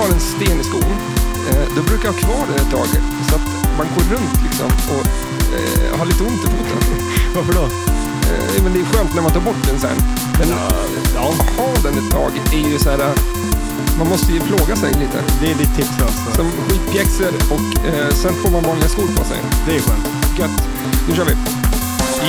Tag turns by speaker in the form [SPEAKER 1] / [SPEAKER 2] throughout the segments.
[SPEAKER 1] har en sten i skon, eh, då brukar jag ha kvar den ett tag. Så att man går runt liksom och eh, har lite ont i foten.
[SPEAKER 2] Varför då?
[SPEAKER 1] Eh, men det är skönt när man tar bort den sen. Men ja. att ha den ett tag är ju så här... eh, Man måste ju plåga sig lite.
[SPEAKER 2] Det är ditt tips alltså.
[SPEAKER 1] Som skitpjäxor och eh, sen får man vanliga skor på sig.
[SPEAKER 2] Det är skönt.
[SPEAKER 1] Gött. Nu kör vi.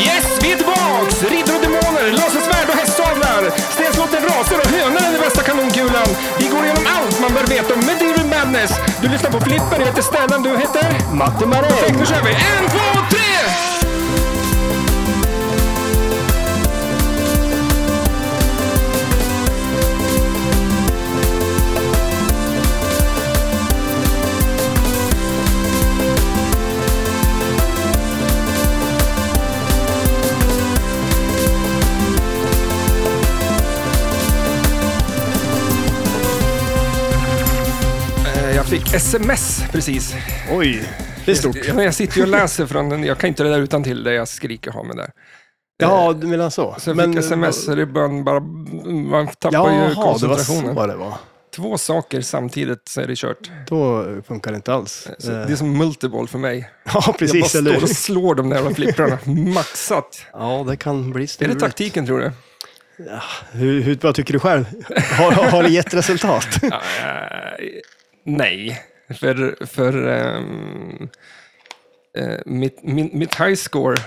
[SPEAKER 1] Yes, vi är tillbaks! Riddare och demoner, lasersvärd och hästsablar. Stenslotten rasar och hönan är den bästa kanonkulan. Vi går igenom allt man bör veta om Medieval Madness. Du lyssnar på Flipper, jag heter Stellan, du heter?
[SPEAKER 2] Matte
[SPEAKER 1] Perfekt, nu
[SPEAKER 2] Maräng!
[SPEAKER 1] kör vi. En, två, tre! Eh, Jag fick sms precis.
[SPEAKER 2] Oj, det är stort.
[SPEAKER 1] Jag, jag sitter ju och läser från den. Jag kan inte det där utan till det jag skriker har med där.
[SPEAKER 2] Ja, du menar så.
[SPEAKER 1] Så jag fick sms, ribban bara... Man tappar
[SPEAKER 2] Jaha,
[SPEAKER 1] ju
[SPEAKER 2] det var
[SPEAKER 1] koncentrationen.
[SPEAKER 2] så det var.
[SPEAKER 1] Två saker samtidigt så är det kört.
[SPEAKER 2] Då funkar det inte alls.
[SPEAKER 1] Så
[SPEAKER 2] Eh,
[SPEAKER 1] det är som multiball för mig.
[SPEAKER 2] Ja,
[SPEAKER 1] Jag bara
[SPEAKER 2] precis. Eller?
[SPEAKER 1] står och
[SPEAKER 2] hur?
[SPEAKER 1] slår de där jävla flipprarna. Maxat.
[SPEAKER 2] Ja, det kan bli
[SPEAKER 1] Är
[SPEAKER 2] struligt.
[SPEAKER 1] det taktiken tror du?
[SPEAKER 2] Hur, hur, vad tycker du själv? Har, har det gett resultat?
[SPEAKER 1] Eh, nej. För, för ehm, eh, mitt, min, mitt high score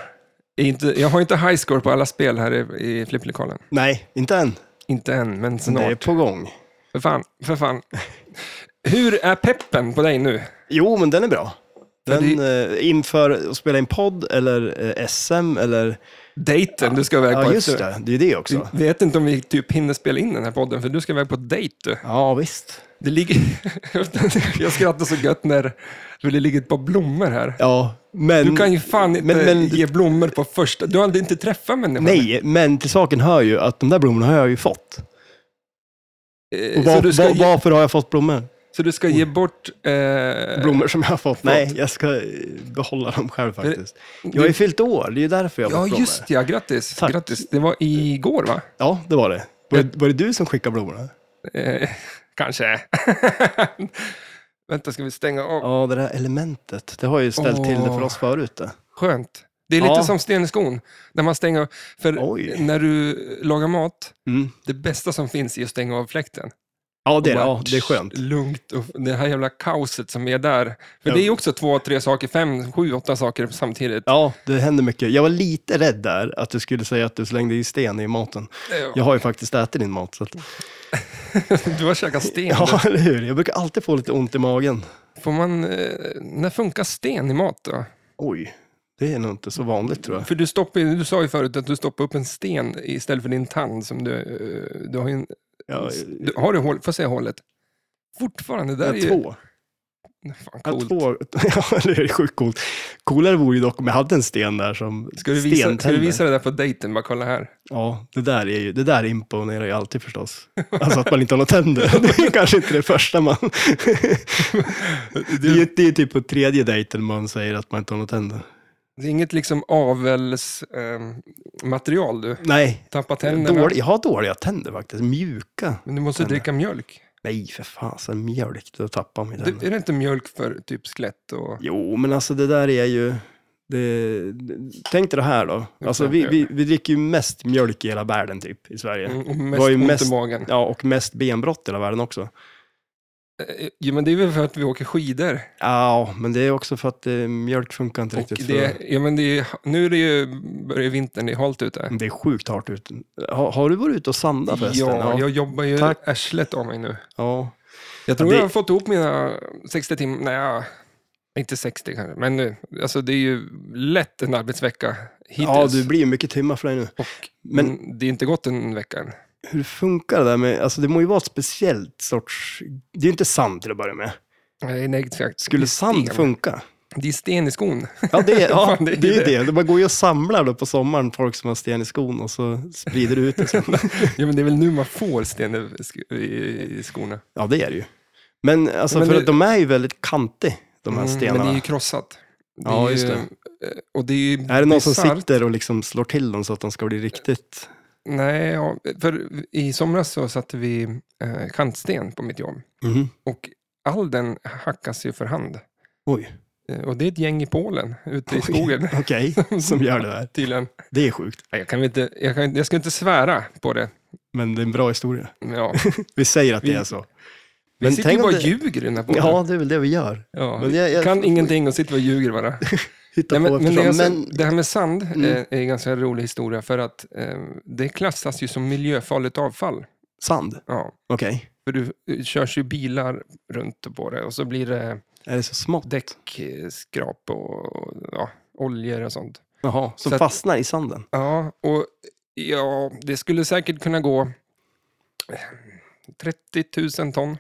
[SPEAKER 1] är inte, jag har inte high score på alla spel här i, i flipplokalen.
[SPEAKER 2] Nej, inte än.
[SPEAKER 1] Inte än, men
[SPEAKER 2] Det är
[SPEAKER 1] snart.
[SPEAKER 2] på gång.
[SPEAKER 1] För fan, för fan. Hur är peppen på dig nu?
[SPEAKER 2] Jo, men den är bra.
[SPEAKER 1] Men
[SPEAKER 2] Den, eh, inför att spela in podd eller eh, SM eller...
[SPEAKER 1] Dejten du ska iväg på
[SPEAKER 2] Ja, just
[SPEAKER 1] efter-
[SPEAKER 2] det. Det är det också.
[SPEAKER 1] Vi vet inte om vi typ hinner spela in den här podden, för du ska iväg på dejt du.
[SPEAKER 2] Ja, visst.
[SPEAKER 1] Det ligger... jag skrattar så gött när för det ligger ett par blommor här.
[SPEAKER 2] Ja, men...
[SPEAKER 1] Du kan ju fan inte
[SPEAKER 2] men- men-
[SPEAKER 1] ge blommor på första... Du har aldrig inte träffat människan.
[SPEAKER 2] Nej, men till saken hör ju att de där blommorna har jag ju fått.
[SPEAKER 1] Eh,
[SPEAKER 2] Och
[SPEAKER 1] så,
[SPEAKER 2] var,
[SPEAKER 1] du ska
[SPEAKER 2] var,
[SPEAKER 1] ge,
[SPEAKER 2] varför har jag fått blommor?
[SPEAKER 1] så du ska ge bort... Eh,
[SPEAKER 2] Blommor som jag har fått? Nej, jag ska eh, behålla dem själv faktiskt. Jag har ju fyllt år, det är ju därför jag har
[SPEAKER 1] Ja,
[SPEAKER 2] fått blommor.
[SPEAKER 1] just ja. Grattis.
[SPEAKER 2] Tack.
[SPEAKER 1] grattis. Det var igår, va?
[SPEAKER 2] Ja, det var det. Var, det- var det du som skickade blommorna?
[SPEAKER 1] Eh, kanske. Vänta, ska vi stänga av?
[SPEAKER 2] Ja, det där elementet, det har ju ställt till det för oss förut. Det.
[SPEAKER 1] Skönt. Det är lite
[SPEAKER 2] Ja.
[SPEAKER 1] som sten i skon. När man stänger av. För
[SPEAKER 2] Oj.
[SPEAKER 1] när du lagar mat,
[SPEAKER 2] Mm.
[SPEAKER 1] det bästa som finns är att stänga av fläkten.
[SPEAKER 2] Ja, det är, det.
[SPEAKER 1] Och bara,
[SPEAKER 2] ja, det är skönt.
[SPEAKER 1] Lugnt och det här jävla kaoset som är där. För
[SPEAKER 2] Ja.
[SPEAKER 1] det är ju också två, tre saker, fem, sju, åtta saker samtidigt.
[SPEAKER 2] Ja, det händer mycket. Jag var lite rädd där, att du skulle säga att du slängde i sten i maten. Jag har ju faktiskt ätit din mat. Så att,
[SPEAKER 1] Du har käkat sten.
[SPEAKER 2] ja, eller hur? Jag brukar alltid få lite ont i magen.
[SPEAKER 1] Får man, eh, när funkar sten i mat då?
[SPEAKER 2] Oj, det är nog inte så vanligt tror jag.
[SPEAKER 1] För du, stoppar, ju- du sa ju förut att du stoppar upp en sten istället för din tand. Som du, eh, du har, ju en,
[SPEAKER 2] Ja,
[SPEAKER 1] du, har du hål, får jag säga hålet? Fortfarande, det där är
[SPEAKER 2] jag,
[SPEAKER 1] ju...
[SPEAKER 2] två.
[SPEAKER 1] Fan,
[SPEAKER 2] Jag,
[SPEAKER 1] coolt.
[SPEAKER 2] två. Ja, eller hur? Det är Sjukt coolt. Coolare vore ju dock om jag hade en sten där som
[SPEAKER 1] Ska du, visa, ska du
[SPEAKER 2] stentänder.
[SPEAKER 1] visa det där på dejten? Bara kolla här.
[SPEAKER 2] Ja, det där, är ju, det där imponerar ju alltid förstås. Alltså att man inte har några tänder. Det är ju kanske inte det första man... Det är ju det är ju typ på tredje dejten man säger att man inte har några tänder.
[SPEAKER 1] Det är inget liksom avelsmaterial du.
[SPEAKER 2] Nej,
[SPEAKER 1] Tappa tänderna.
[SPEAKER 2] dålig, jag har dåliga tänder faktiskt. Mjuka.
[SPEAKER 1] Men du måste
[SPEAKER 2] Tänder.
[SPEAKER 1] dricka mjölk.
[SPEAKER 2] Nej, för fasen. Mjölk, då tappar man ju
[SPEAKER 1] Du,
[SPEAKER 2] tänder.
[SPEAKER 1] är det inte mjölk för typ skelett och...
[SPEAKER 2] Jo, men alltså det där är ju... Det, det- tänk dig det här då. Alltså, vi, vi, vi dricker ju mest mjölk i hela världen typ, i Sverige.
[SPEAKER 1] Mm, och mest
[SPEAKER 2] Det var ju
[SPEAKER 1] ont
[SPEAKER 2] mest-
[SPEAKER 1] i magen.
[SPEAKER 2] Ja, och mest benbrott i hela världen också.
[SPEAKER 1] Eh, Jo, men det är väl för att vi åker skidor.
[SPEAKER 2] Ja, men det är också för att eh, mjölk funkar inte
[SPEAKER 1] Och
[SPEAKER 2] riktigt.
[SPEAKER 1] det,
[SPEAKER 2] För...
[SPEAKER 1] ja, men det är, nu är det ju, börjar vintern, det är halt ute.
[SPEAKER 2] Det är sjukt hårt ut. Har, har du varit ute och sandat
[SPEAKER 1] Ja,
[SPEAKER 2] förresten?
[SPEAKER 1] jag jobbar ju
[SPEAKER 2] Tack.
[SPEAKER 1] arslet av mig nu.
[SPEAKER 2] ja.
[SPEAKER 1] Jag tror
[SPEAKER 2] det-
[SPEAKER 1] jag har fått ihop mina 60 timmar, nej, inte 60 kanske, men nu, alltså det är ju lätt en arbetsvecka hittills. Mm.
[SPEAKER 2] ja, det blir ju mycket timmar för dig nu.
[SPEAKER 1] Och,
[SPEAKER 2] Men-
[SPEAKER 1] men det är inte gått en vecka än.
[SPEAKER 2] Hur funkar det där med, alltså det må ju vara ett speciellt sorts, det är ju inte sand till att börja med.
[SPEAKER 1] Nej, nej, exakt. Det är
[SPEAKER 2] Skulle sand
[SPEAKER 1] sten.
[SPEAKER 2] funka?
[SPEAKER 1] Det är sten i skon.
[SPEAKER 2] Ja, det är, ja,
[SPEAKER 1] Fan, det är
[SPEAKER 2] det, är ju
[SPEAKER 1] det.
[SPEAKER 2] det. det. Man går ju och samlar då på sommaren, folk som har sten i skon och så sprider du ut det. sen.
[SPEAKER 1] ja, men det är väl nu man får sten i, sk- i- i skorna.
[SPEAKER 2] Ja, det är det ju. Men alltså,
[SPEAKER 1] Men
[SPEAKER 2] för
[SPEAKER 1] det-
[SPEAKER 2] att de är ju väldigt kantiga, de här
[SPEAKER 1] Mm,
[SPEAKER 2] stenarna.
[SPEAKER 1] Men det är ju krossat. Det
[SPEAKER 2] Ja,
[SPEAKER 1] är ju,
[SPEAKER 2] just det.
[SPEAKER 1] eh, Och det är ju
[SPEAKER 2] Är det någon som
[SPEAKER 1] bisarrt.
[SPEAKER 2] sitter och liksom slår till dem så att de ska bli riktigt...
[SPEAKER 1] Nej, ja, för i somras så satte vi eh, kantsten på mitt jobb.
[SPEAKER 2] Mhm.
[SPEAKER 1] Och Alden hackas ju för hand.
[SPEAKER 2] Oj,
[SPEAKER 1] Eh, Och det är ett gäng i Polen ute i
[SPEAKER 2] Oj.
[SPEAKER 1] skogen
[SPEAKER 2] okej, som gör det där.
[SPEAKER 1] tydligen.
[SPEAKER 2] Det är sjukt,
[SPEAKER 1] Nej, Jag, kan väl inte, jag, kan, jag ska inte svära på det.
[SPEAKER 2] men det är en bra historia.
[SPEAKER 1] Men Ja,
[SPEAKER 2] Vi säger att det
[SPEAKER 1] Vi-
[SPEAKER 2] är så.
[SPEAKER 1] vi
[SPEAKER 2] Men
[SPEAKER 1] sitter ju
[SPEAKER 2] tänk om
[SPEAKER 1] bara och
[SPEAKER 2] det-
[SPEAKER 1] ljuger i den här podden.
[SPEAKER 2] Ja, det är väl det vi gör.
[SPEAKER 1] Ja,
[SPEAKER 2] men jag- jag-
[SPEAKER 1] kan ingenting och sitter och ljuger bara.
[SPEAKER 2] Hitta
[SPEAKER 1] Nej, men,
[SPEAKER 2] på
[SPEAKER 1] men, det, är
[SPEAKER 2] eftersom.
[SPEAKER 1] alltså,
[SPEAKER 2] Men
[SPEAKER 1] det här med sand eh,
[SPEAKER 2] Mm.
[SPEAKER 1] är en ganska rolig historia för att eh, det klassas ju som miljöfarligt avfall.
[SPEAKER 2] sand,
[SPEAKER 1] Ja,
[SPEAKER 2] okej.
[SPEAKER 1] för du eh, körs ju bilar runt på det och så blir det
[SPEAKER 2] Är det så smått?
[SPEAKER 1] däckskrap och ja, oljor och sånt.
[SPEAKER 2] Jaha, som
[SPEAKER 1] Så att-
[SPEAKER 2] fastnar i sanden?
[SPEAKER 1] Ja, och ja, det skulle säkert kunna gå eh, 30 000 ton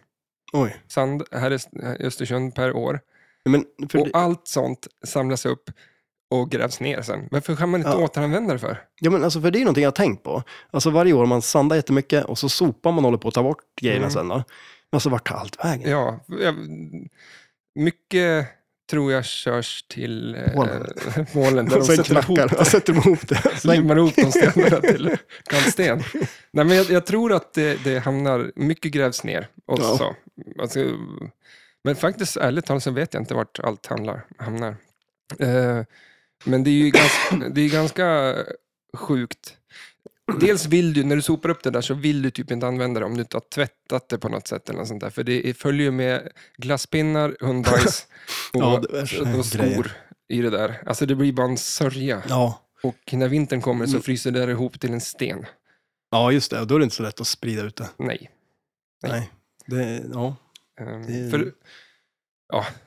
[SPEAKER 2] Oj.
[SPEAKER 1] sand här i S- här i Östersund per år.
[SPEAKER 2] Men för,
[SPEAKER 1] och allt sånt samlas upp och grävs ner sen. Varför kan man inte
[SPEAKER 2] Ja.
[SPEAKER 1] återanvända det för?
[SPEAKER 2] ja, men alltså, för det är någonting jag har tänkt på. Alltså varje år man sandar jättemycket och så sopar man och håller på att ta bort grejerna
[SPEAKER 1] Mm.
[SPEAKER 2] sen då. Men alltså vart tar allt vägen?
[SPEAKER 1] Ja, jag- mycket tror jag körs till eh,
[SPEAKER 2] Polen.
[SPEAKER 1] Polen där de
[SPEAKER 2] och sen
[SPEAKER 1] sätter ihop Alltså,
[SPEAKER 2] knackar och sätter de ihop det.
[SPEAKER 1] Slimmar ihop de stenarna till kantsten. Nej, men jag, jag tror att det, det hamnar, mycket grävs ner. Och
[SPEAKER 2] Ja.
[SPEAKER 1] så. Alltså, men faktiskt, ärligt talat, så vet jag inte vart allt handlar, hamnar. Eh, men det är ju ganska, det är ganska sjukt. Dels vill du, när du sopar upp det där, så vill du typ inte använda det om du inte har tvättat det på något sätt. Eller något sånt där. För det är- följer ju med glasspinnar, hundbajs och,
[SPEAKER 2] Ja, det är så här
[SPEAKER 1] och skor
[SPEAKER 2] grejer.
[SPEAKER 1] i det där. Alltså det blir bara en sörja.
[SPEAKER 2] Ja.
[SPEAKER 1] Och när vintern kommer så
[SPEAKER 2] Mm.
[SPEAKER 1] fryser det där ihop till en sten.
[SPEAKER 2] ja, just det. Då är det inte så lätt att sprida ut det.
[SPEAKER 1] Nej. Nej.
[SPEAKER 2] Nej. Det, ja.
[SPEAKER 1] Ehm,
[SPEAKER 2] Det-
[SPEAKER 1] För,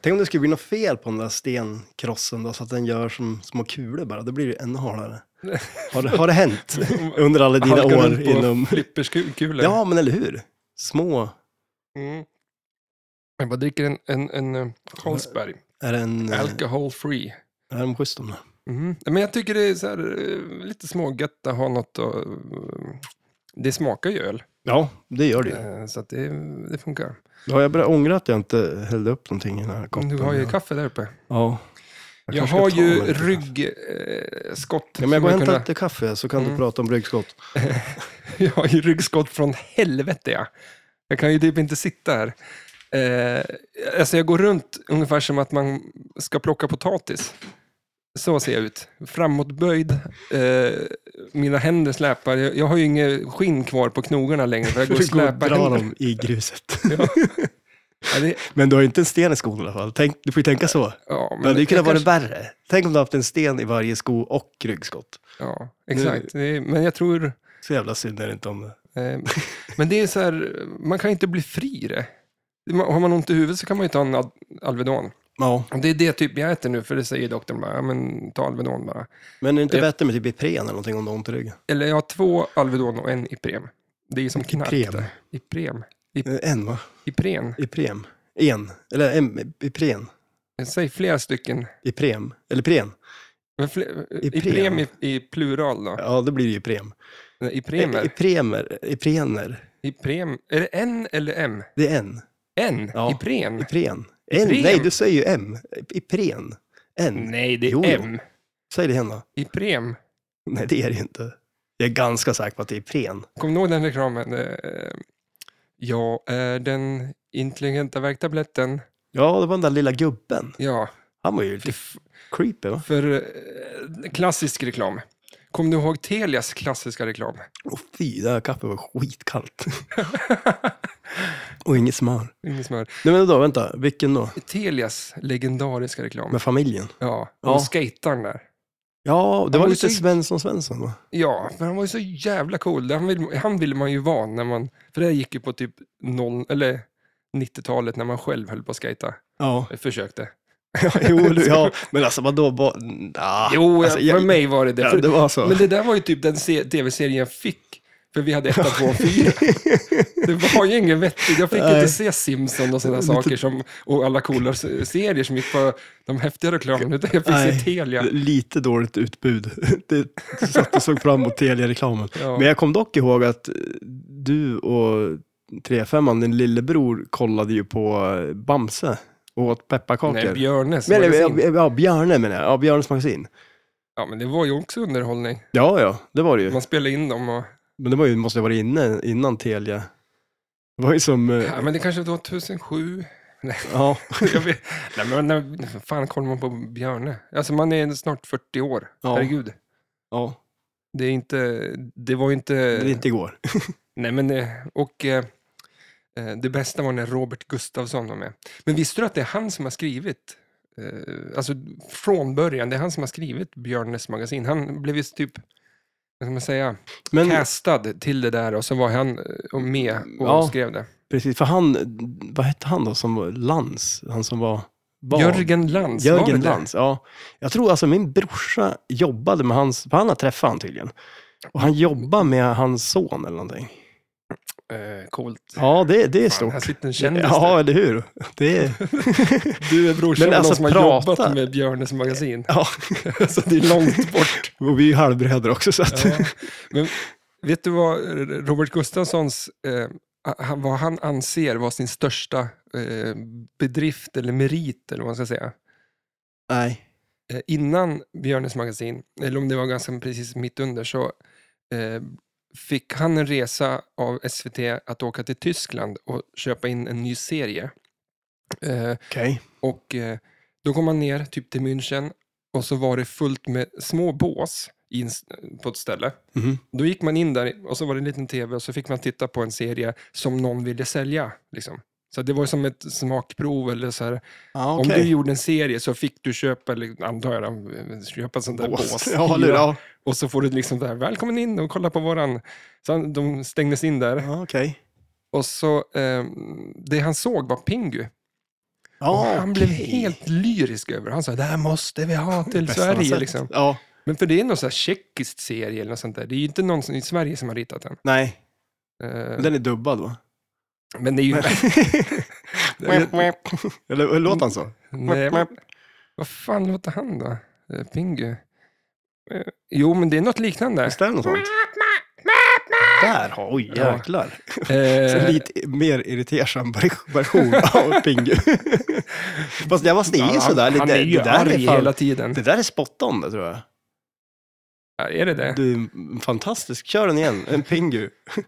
[SPEAKER 2] Tänk om det skulle bli något fel på den där stenkrossen då, så att den gör som små kulor bara. Då blir det ännu halare. Har, det- har det hänt under alla dina
[SPEAKER 1] Halkar runt
[SPEAKER 2] år
[SPEAKER 1] på
[SPEAKER 2] inom...
[SPEAKER 1] flipperskulor.
[SPEAKER 2] Ja, men eller hur? Små...
[SPEAKER 1] Mm. Jag bara dricker en, en, en eh, Carlsberg.
[SPEAKER 2] Är det en... eh,
[SPEAKER 1] Alcohol free.
[SPEAKER 2] Är de schysst de där?
[SPEAKER 1] Mm. Men jag tycker det är så här, eh, lite smågött att ha något att... eh, Det smakar ju öl,
[SPEAKER 2] Ja, det gör det ju.
[SPEAKER 1] eh, så att det, det funkar.
[SPEAKER 2] Ja, jag börjar ångra att jag inte hällde upp någonting i den här koppen.
[SPEAKER 1] Du har ju kaffe där uppe.
[SPEAKER 2] Ja.
[SPEAKER 1] Jag,
[SPEAKER 2] kanske
[SPEAKER 1] har
[SPEAKER 2] ska ta
[SPEAKER 1] ju
[SPEAKER 2] mig lite kaffe.
[SPEAKER 1] ryggskott. eh,
[SPEAKER 2] Ja, men
[SPEAKER 1] som
[SPEAKER 2] jag går och hämtar
[SPEAKER 1] kunde-
[SPEAKER 2] lite kaffe så kan
[SPEAKER 1] Mm.
[SPEAKER 2] du prata om bryggskott.
[SPEAKER 1] Jag har ju ryggskott från helvete. Ja. Jag kan ju typ inte sitta här. Eh, alltså jag går runt ungefär som att man ska plocka potatis. Så ser jag ut. Framåtböjd. Eh, mina händer släpar. Jag, jag har ju inget skinn kvar på knogarna längre. För jag går och släpar
[SPEAKER 2] dra
[SPEAKER 1] händer.
[SPEAKER 2] dem i gruset.
[SPEAKER 1] Ja, det,
[SPEAKER 2] Men du har ju inte en sten i skon i alla fall. Tänk, du får ju tänka så.
[SPEAKER 1] ja,
[SPEAKER 2] Men det kunde ha
[SPEAKER 1] jag
[SPEAKER 2] varit värre. Tänk om du haft en sten i varje sko och ryggskott.
[SPEAKER 1] Ja, exakt. Det, är- men jag tror...
[SPEAKER 2] Så jävla synd är det inte om det.
[SPEAKER 1] Eh, men det är så här, man kan inte bli fri i det. Har man ont i huvudet så kan man ju ta en Al- Alvedon.
[SPEAKER 2] Ja,
[SPEAKER 1] Och Det är det typ jag äter nu, för det säger doktorn bara, ja, men ta Alvedon bara.
[SPEAKER 2] men är det inte
[SPEAKER 1] Jag-
[SPEAKER 2] bättre med typ Ipren eller någonting om du har ont i ryggen?
[SPEAKER 1] Eller jag har två Alvedon och en Iprem. Det är som knark.
[SPEAKER 2] Iprem.
[SPEAKER 1] det. Iprem.
[SPEAKER 2] Eh, En va?
[SPEAKER 1] Ipren.
[SPEAKER 2] Ipren. En. Eller en. Ipren.
[SPEAKER 1] Säg flera stycken.
[SPEAKER 2] Ipren. Eller Pren.
[SPEAKER 1] Men fler-
[SPEAKER 2] Iprem.
[SPEAKER 1] Iprem i, i plural då.
[SPEAKER 2] Ja, då blir det ju Ipren.
[SPEAKER 1] Nej,
[SPEAKER 2] I-
[SPEAKER 1] Ipremer.
[SPEAKER 2] Ipremer. Iprener.
[SPEAKER 1] Iprem. Är det N eller M?
[SPEAKER 2] Det är en.
[SPEAKER 1] N?
[SPEAKER 2] Ja.
[SPEAKER 1] Ipren?
[SPEAKER 2] Ipren. En.
[SPEAKER 1] Ipren.
[SPEAKER 2] Nej, du säger ju M. Ipren. En.
[SPEAKER 1] Nej, det är
[SPEAKER 2] Jo, jo.
[SPEAKER 1] M.
[SPEAKER 2] Säg det igen då.
[SPEAKER 1] Iprem.
[SPEAKER 2] Nej, det är det ju inte. Jag är ganska säker på att det är Ipren.
[SPEAKER 1] Kommer du ihåg den reklamen? Eh, Jag är den intelligenta värktabletten.
[SPEAKER 2] Ja, det var den där lilla gubben.
[SPEAKER 1] Ja,
[SPEAKER 2] Han var ju lite
[SPEAKER 1] det
[SPEAKER 2] creepy va?
[SPEAKER 1] För eh, klassisk reklam. Kommer du ihåg Telias klassiska reklam?
[SPEAKER 2] Åh fy, det här kaffet var skitkallt. Och inget smör.
[SPEAKER 1] Ingen smör.
[SPEAKER 2] Nej men då, vänta. Vilken då?
[SPEAKER 1] Telias legendariska reklam.
[SPEAKER 2] Med familjen?
[SPEAKER 1] Ja, och
[SPEAKER 2] Ja.
[SPEAKER 1] skataren där.
[SPEAKER 2] Ja, det
[SPEAKER 1] var
[SPEAKER 2] var
[SPEAKER 1] ju
[SPEAKER 2] lite
[SPEAKER 1] så-
[SPEAKER 2] Svensson Svensson va?
[SPEAKER 1] Ja, men han var ju så jävla cool. Han ville han vill man ju vara när man... För det här gick ju på typ noll, eller 90-talet när man själv höll på att skejta.
[SPEAKER 2] Ja.
[SPEAKER 1] Jag försökte.
[SPEAKER 2] jo, du, ja. Men alltså vadå? Ba... Nah.
[SPEAKER 1] Jo,
[SPEAKER 2] alltså,
[SPEAKER 1] för mig var det det.
[SPEAKER 2] Ja,
[SPEAKER 1] För,
[SPEAKER 2] det var så.
[SPEAKER 1] Men det där var ju typ den se- tv-serien jag fick. För vi hade ettan, tvåan, fyra. Det var ju ingen vettigt. Jag fick
[SPEAKER 2] Nej.
[SPEAKER 1] inte se Simpson och sådana saker som, och alla coola s- serier som gick på de häftiga reklamerna. Utan jag fick se
[SPEAKER 2] Nej.
[SPEAKER 1] Telia.
[SPEAKER 2] Lite dåligt utbud. Det satt och såg fram emot Telia-reklamen.
[SPEAKER 1] Ja.
[SPEAKER 2] Men jag kom dock ihåg att eh, du och 35 din lillebror, kollade ju på eh, Bamse och åt pepparkakor.
[SPEAKER 1] Nej, Björnes
[SPEAKER 2] men, eh,
[SPEAKER 1] magasin.
[SPEAKER 2] ja, ja, Björne menar jag. Ja, Björnes magasin.
[SPEAKER 1] Ja, men det var ju också underhållning.
[SPEAKER 2] Ja, ja, det var det ju.
[SPEAKER 1] Man spelade in dem och...
[SPEAKER 2] Men det var ju, måste ha varit inne innan Telia. Det var ju som... eh,
[SPEAKER 1] Ja, men det kanske var 2007.
[SPEAKER 2] Ja.
[SPEAKER 1] Jag vet- Nej, men när fan kollar man på Björne? Alltså man är snart 40 år.
[SPEAKER 2] Ja.
[SPEAKER 1] Herregud.
[SPEAKER 2] ja,
[SPEAKER 1] Det är inte, det var ju inte...
[SPEAKER 2] det är inte igår.
[SPEAKER 1] Nej, men eh, och eh, eh, det bästa var när Robert Gustafsson var med. Men visste du att det är han som har skrivit, eh, alltså från början, det är han som har skrivit Björnes magasin. Han blev ju typ, vad ska man säga,
[SPEAKER 2] Men
[SPEAKER 1] castad till det där och så var han eh, och med och
[SPEAKER 2] Ja.
[SPEAKER 1] skrev det.
[SPEAKER 2] precis, för han, vad hette han då som var Lans? Han som var barn?
[SPEAKER 1] Jörgen Lantz, var
[SPEAKER 2] Jörgen
[SPEAKER 1] det där?
[SPEAKER 2] Lantz, ja. Jag tror alltså min brorsa jobbade med hans, för han har träffat han tydligen. Och han jobbar med hans son eller någonting.
[SPEAKER 1] Eh, coolt.
[SPEAKER 2] Ja, det, det är
[SPEAKER 1] Fan,
[SPEAKER 2] stort.
[SPEAKER 1] här sitter en kändis.
[SPEAKER 2] Ja, eller hur? Det är,
[SPEAKER 1] Du är brorsan
[SPEAKER 2] Men
[SPEAKER 1] med
[SPEAKER 2] alltså,
[SPEAKER 1] någon som har
[SPEAKER 2] prata.
[SPEAKER 1] jobbat med Björnes magasin.
[SPEAKER 2] ja.
[SPEAKER 1] Så det är långt bort.
[SPEAKER 2] Och vi är ju halvbröder också, så att...
[SPEAKER 1] Ja. Men vet du vad Robert Gustafssons, eh, han- vad han anser var sin största eh, bedrift eller merit, eller vad man ska säga?
[SPEAKER 2] Nej.
[SPEAKER 1] Eh, innan Björnes magasin, eller om det var ganska precis mitt under, så eh, fick han en resa av SVT att åka till Tyskland och köpa in en ny serie. Eh,
[SPEAKER 2] Okej.
[SPEAKER 1] och eh, då kom man ner typ till München och så var det fullt med små bås i en, s- på ett ställe.
[SPEAKER 2] Mhm.
[SPEAKER 1] Då gick man in där och så var det en liten tv och så fick man titta på en serie som någon ville sälja. Liksom. Så det var som ett smakprov eller så här.
[SPEAKER 2] Ja,
[SPEAKER 1] Om du
[SPEAKER 2] okej.
[SPEAKER 1] gjorde en serie så fick du köpa, eller antar jag, eh, köpa en sån där bås.
[SPEAKER 2] Ja, eller hur?
[SPEAKER 1] hyra.
[SPEAKER 2] Ja,
[SPEAKER 1] Och så får du liksom där, välkommen in och kolla på våran. Så han, de stängdes in där.
[SPEAKER 2] ja okej.
[SPEAKER 1] Och så, eh, det han såg var Pingu. Och
[SPEAKER 2] Ja,
[SPEAKER 1] han blev
[SPEAKER 2] okej.
[SPEAKER 1] helt lyrisk över det. Han sa, det här måste vi ha till
[SPEAKER 2] Bästa man
[SPEAKER 1] Sverige.
[SPEAKER 2] sett.
[SPEAKER 1] Liksom.
[SPEAKER 2] Ja,
[SPEAKER 1] Men för det är någon sån här tjeckisk serie eller något sånt där. Det är ju inte någon som- i Sverige som har ritat den.
[SPEAKER 2] nej.
[SPEAKER 1] Eh,
[SPEAKER 2] Den är dubbad va?
[SPEAKER 1] Men det är ju...
[SPEAKER 2] Eller låter han så?
[SPEAKER 1] Nej, men- vad fan låter han då? Eh, Pingu? Eh, Jo, men det är något liknande.
[SPEAKER 2] Visst är det något sånt? Där har, oj
[SPEAKER 1] Ja.
[SPEAKER 2] jäklar. Så
[SPEAKER 1] Eh,
[SPEAKER 2] lite mer irritersam version av Pingu. Fast jag var det är ju
[SPEAKER 1] ja,
[SPEAKER 2] sådär.
[SPEAKER 1] Han, han
[SPEAKER 2] lite-
[SPEAKER 1] är ju
[SPEAKER 2] det där
[SPEAKER 1] arg
[SPEAKER 2] fan-
[SPEAKER 1] hela tiden.
[SPEAKER 2] Det där är spot on det tror jag.
[SPEAKER 1] Ja, är det det?
[SPEAKER 2] Du är fantastisk. Kör den igen. En Pingu.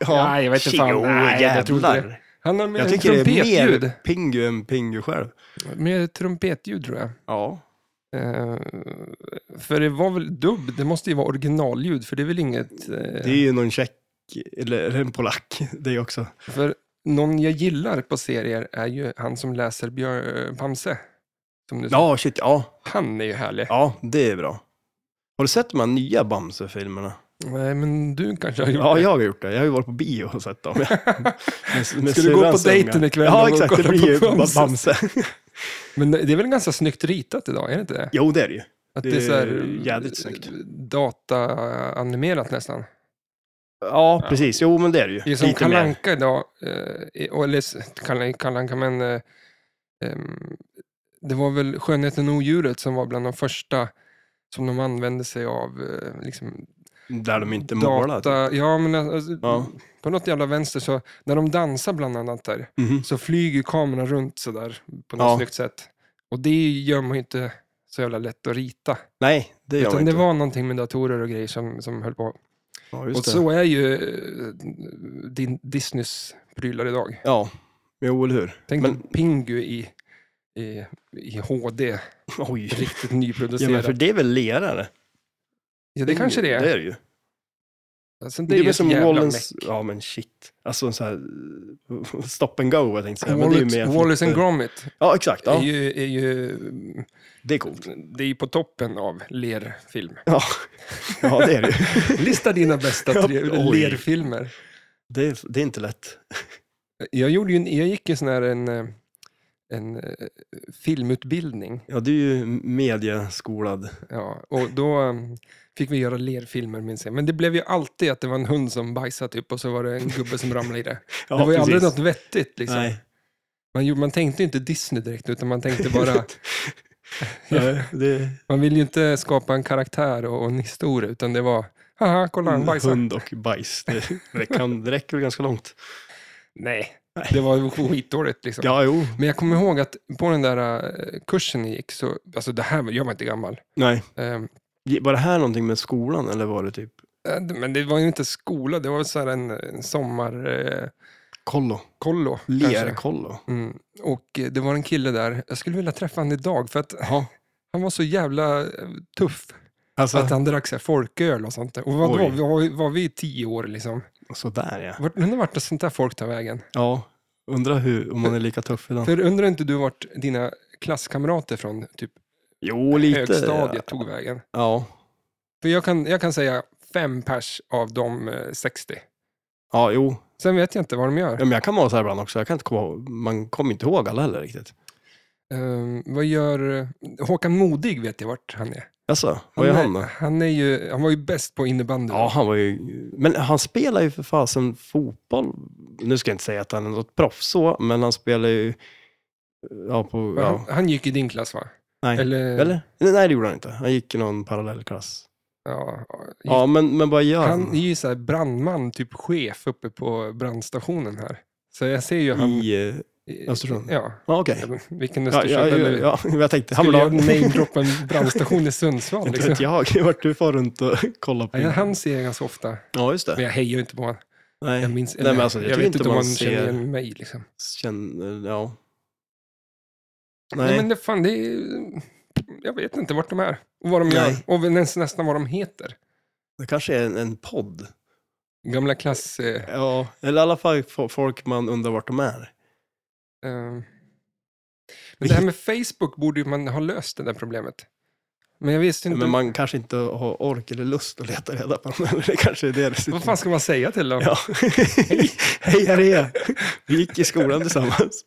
[SPEAKER 1] Ja, jag vet inte fan.
[SPEAKER 2] Tjo,
[SPEAKER 1] Nej, jag tror inte det.
[SPEAKER 2] jävlar.
[SPEAKER 1] Han har mer
[SPEAKER 2] Jag tycker det är
[SPEAKER 1] trumpetljud.
[SPEAKER 2] mer Pingu än Pingu själv.
[SPEAKER 1] Mer trumpetljud tror jag.
[SPEAKER 2] Ja.
[SPEAKER 1] Eh, för det var väl dubb, det måste ju vara originalljud, för det är väl inget... eh,
[SPEAKER 2] Det är ju någon tjeck, eller en polack, det också.
[SPEAKER 1] För någon jag gillar på serier är ju han som läser Björ, Bamse. Som du sa.
[SPEAKER 2] Ja, shit, ja.
[SPEAKER 1] Han är ju härlig.
[SPEAKER 2] Ja, det är bra. Har du sett de här nya Bamse-filmerna?
[SPEAKER 1] Nej, men du kanske har gjort
[SPEAKER 2] Ja,
[SPEAKER 1] det.
[SPEAKER 2] jag har gjort det. Jag har ju varit på bio och sett dem. Med, med
[SPEAKER 1] Ska du gå på
[SPEAKER 2] syrrans unga.
[SPEAKER 1] dejten ikväll och
[SPEAKER 2] Ja, exakt. Det
[SPEAKER 1] kolla
[SPEAKER 2] blir ju
[SPEAKER 1] på Bamse?
[SPEAKER 2] Bamse.
[SPEAKER 1] Men det är väl ganska snyggt ritat idag, är det inte det?
[SPEAKER 2] Jo, det är det ju.
[SPEAKER 1] Att
[SPEAKER 2] det
[SPEAKER 1] det är så här,
[SPEAKER 2] är jävligt snyggt.
[SPEAKER 1] Dataanimerat nästan.
[SPEAKER 2] Ja, precis. Jo, men det är det ju.
[SPEAKER 1] Det är som
[SPEAKER 2] Lite mer.
[SPEAKER 1] Kalanka idag, eh, och- eller s- Kal- Kalanka, men eh, ehm, det var väl Skönheten och odjuret som var bland de första som de använde sig av. eh, Liksom,
[SPEAKER 2] Där de inte målar. typ.
[SPEAKER 1] data- Ja, men alltså,
[SPEAKER 2] Ja.
[SPEAKER 1] på något jävla vänster så, när de dansar bland annat där,
[SPEAKER 2] Mhm.
[SPEAKER 1] så flyger kameran runt sådär på något
[SPEAKER 2] Ja.
[SPEAKER 1] snyggt sätt. Och det gör man ju inte så jävla lätt att rita.
[SPEAKER 2] Nej, det gör man
[SPEAKER 1] Utan
[SPEAKER 2] inte.
[SPEAKER 1] det var någonting med datorer och grejer som, som höll på.
[SPEAKER 2] Ja, just
[SPEAKER 1] Och
[SPEAKER 2] det.
[SPEAKER 1] så är ju eh, din Disneys prylar idag.
[SPEAKER 2] Ja, jo, eller hur.
[SPEAKER 1] Tänk
[SPEAKER 2] Men-
[SPEAKER 1] dig Pingu i, i, i HD,
[SPEAKER 2] Oj.
[SPEAKER 1] riktigt
[SPEAKER 2] Ja,
[SPEAKER 1] nyproducerat. Ja,
[SPEAKER 2] men för det är väl lerare?
[SPEAKER 1] det kanske det är.
[SPEAKER 2] Det är det ju.
[SPEAKER 1] alltså,
[SPEAKER 2] Det är,
[SPEAKER 1] ju
[SPEAKER 2] väl
[SPEAKER 1] ett
[SPEAKER 2] som
[SPEAKER 1] jävla
[SPEAKER 2] Wallace...
[SPEAKER 1] meck.
[SPEAKER 2] Ja, men shit. Alltså en sån här... eh, Stop and go, jag tänkte säga. Men det är ju mer
[SPEAKER 1] Wallace, Wallace and Gromit
[SPEAKER 2] Ja, exakt.
[SPEAKER 1] är,
[SPEAKER 2] Ja,
[SPEAKER 1] ju, är ju...
[SPEAKER 2] det är coolt.
[SPEAKER 1] Det är ju på toppen av lerfilm.
[SPEAKER 2] Ja, ja det är det ju.
[SPEAKER 1] Lista dina bästa tre
[SPEAKER 2] Ja, oj.
[SPEAKER 1] lerfilmer.
[SPEAKER 2] Det är, det är inte lätt.
[SPEAKER 1] Jag, gjorde ju en, jag gick ju sån här en, eh, en eh, filmutbildning.
[SPEAKER 2] Ja, du är ju medieskolad.
[SPEAKER 1] Ja, och då eh, fick vi göra lerfilmer minns jag. Men det blev ju alltid att det var en hund som bajsade typ och så var det en gubbe som ramlade i det.
[SPEAKER 2] Ja,
[SPEAKER 1] det var ju aldrig
[SPEAKER 2] precis.
[SPEAKER 1] något vettigt liksom.
[SPEAKER 2] Nej,
[SPEAKER 1] Man, gjorde- man tänkte ju inte Disney direkt utan man tänkte bara,
[SPEAKER 2] nej, det
[SPEAKER 1] man ville ju inte skapa en karaktär och, och en historia utan det var, haha kolla han
[SPEAKER 2] är
[SPEAKER 1] bajsade.
[SPEAKER 2] Mm, hund och bajs. Det, det, kan, det räcker väl ganska långt.
[SPEAKER 1] Nej,
[SPEAKER 2] Nej.
[SPEAKER 1] det var ju skitdåligt liksom.
[SPEAKER 2] Ja, jo.
[SPEAKER 1] Men jag kommer ihåg att på den där eh, kursen jag gick så, alltså det här gör man inte gammal.
[SPEAKER 2] Nej.
[SPEAKER 1] Ehm,
[SPEAKER 2] Var det här någonting med skolan eller var det typ?
[SPEAKER 1] Eh, Men det var ju inte skola, det var väl så här en, en sommar... Eh,
[SPEAKER 2] Kollo.
[SPEAKER 1] Kollo. kanske.
[SPEAKER 2] Lerkollo.
[SPEAKER 1] Mm. Och eh, det var en kille där, jag skulle vilja träffa han idag för att han var så jävla eh, tuff.
[SPEAKER 2] Alltså,
[SPEAKER 1] Att han drack så här folköl och sånt där. Och vad då?
[SPEAKER 2] Oj.
[SPEAKER 1] Var, var vi tio år liksom?
[SPEAKER 2] sådär ja.
[SPEAKER 1] Vart- Undrar vart det sånt där folk tar vägen.
[SPEAKER 2] Ja, undrar hur, om man är lika tuff idag.
[SPEAKER 1] För undrar inte du vart dina klasskamrater från typ
[SPEAKER 2] Jo, lite.
[SPEAKER 1] högstadiet tog vägen?
[SPEAKER 2] Ja.
[SPEAKER 1] För jag kan, jag kan säga fem pers av de eh, 60.
[SPEAKER 2] Ja, jo.
[SPEAKER 1] Sen vet jag inte vad de gör.
[SPEAKER 2] Ja, men jag kan vara så här ibland också. Jag kan inte komma ihåg. Man kommer inte ihåg alla heller riktigt.
[SPEAKER 1] Ehm, vad gör... eh, Håkan Modig vet jag vart han är.
[SPEAKER 2] Alltså, vad gör han då?
[SPEAKER 1] Han, är ju, han var ju bäst på innebandy.
[SPEAKER 2] Ja, han var ju... Men han spelar ju för fasen fotboll. Nu ska jag inte säga att han är något proffs så, men han spelar ju... eh, Ja, på...
[SPEAKER 1] Va,
[SPEAKER 2] Ja.
[SPEAKER 1] Han, han gick i din klass va?
[SPEAKER 2] Nej.
[SPEAKER 1] Eller?
[SPEAKER 2] Eller? Nej, det gjorde han inte. Han gick i någon parallellklass.
[SPEAKER 1] Ja,
[SPEAKER 2] Ja, men, men vad gör
[SPEAKER 1] Han är
[SPEAKER 2] han?
[SPEAKER 1] ju så här brandman, typ chef uppe på brandstationen här. Så jag ser ju han...
[SPEAKER 2] I... eh, Östersund?
[SPEAKER 1] Ja.
[SPEAKER 2] Ja, okej.
[SPEAKER 1] Eller Vilken
[SPEAKER 2] Ja, ja,
[SPEAKER 1] Östersund?
[SPEAKER 2] ja,
[SPEAKER 1] eller
[SPEAKER 2] ja, jag tänkte...
[SPEAKER 1] Skulle jag
[SPEAKER 2] Hammardagen.
[SPEAKER 1] namedroppa en brandstation i Sundsvall?
[SPEAKER 2] Inte
[SPEAKER 1] Liksom?
[SPEAKER 2] vet jag. Vart du far runt och kollar på...
[SPEAKER 1] Ja, han ser jag ganska ofta,
[SPEAKER 2] Ja, just det.
[SPEAKER 1] men jag hejar ju inte på honom.
[SPEAKER 2] Nej.
[SPEAKER 1] Jag, minns,
[SPEAKER 2] Nej, men alltså, jag
[SPEAKER 1] jag, vet
[SPEAKER 2] tycker inte
[SPEAKER 1] inte om
[SPEAKER 2] man
[SPEAKER 1] han känner
[SPEAKER 2] ser-
[SPEAKER 1] igen mig. Liksom.
[SPEAKER 2] Känner, ja.
[SPEAKER 1] Nej.
[SPEAKER 2] Nej.
[SPEAKER 1] men det, fan, det är, jag vet inte vart de är och vad de
[SPEAKER 2] Nej.
[SPEAKER 1] gör. Och väl ens nästan vad de heter.
[SPEAKER 2] Det kanske är en, en podd.
[SPEAKER 1] Gamla klass... Eh,
[SPEAKER 2] Ja, eller i alla fall fo- folk man undrar vart de är.
[SPEAKER 1] eh. Men det här med Facebook borde ju man ha löst det där problemet. Men jag visste inte...
[SPEAKER 2] Men man kanske inte har ork eller lust att leta reda på dem. Eller det kanske är det det sitter
[SPEAKER 1] Vad fan ska man säga till dem?
[SPEAKER 2] Ja. Hej, här är jag. Vi gick i skolan tillsammans.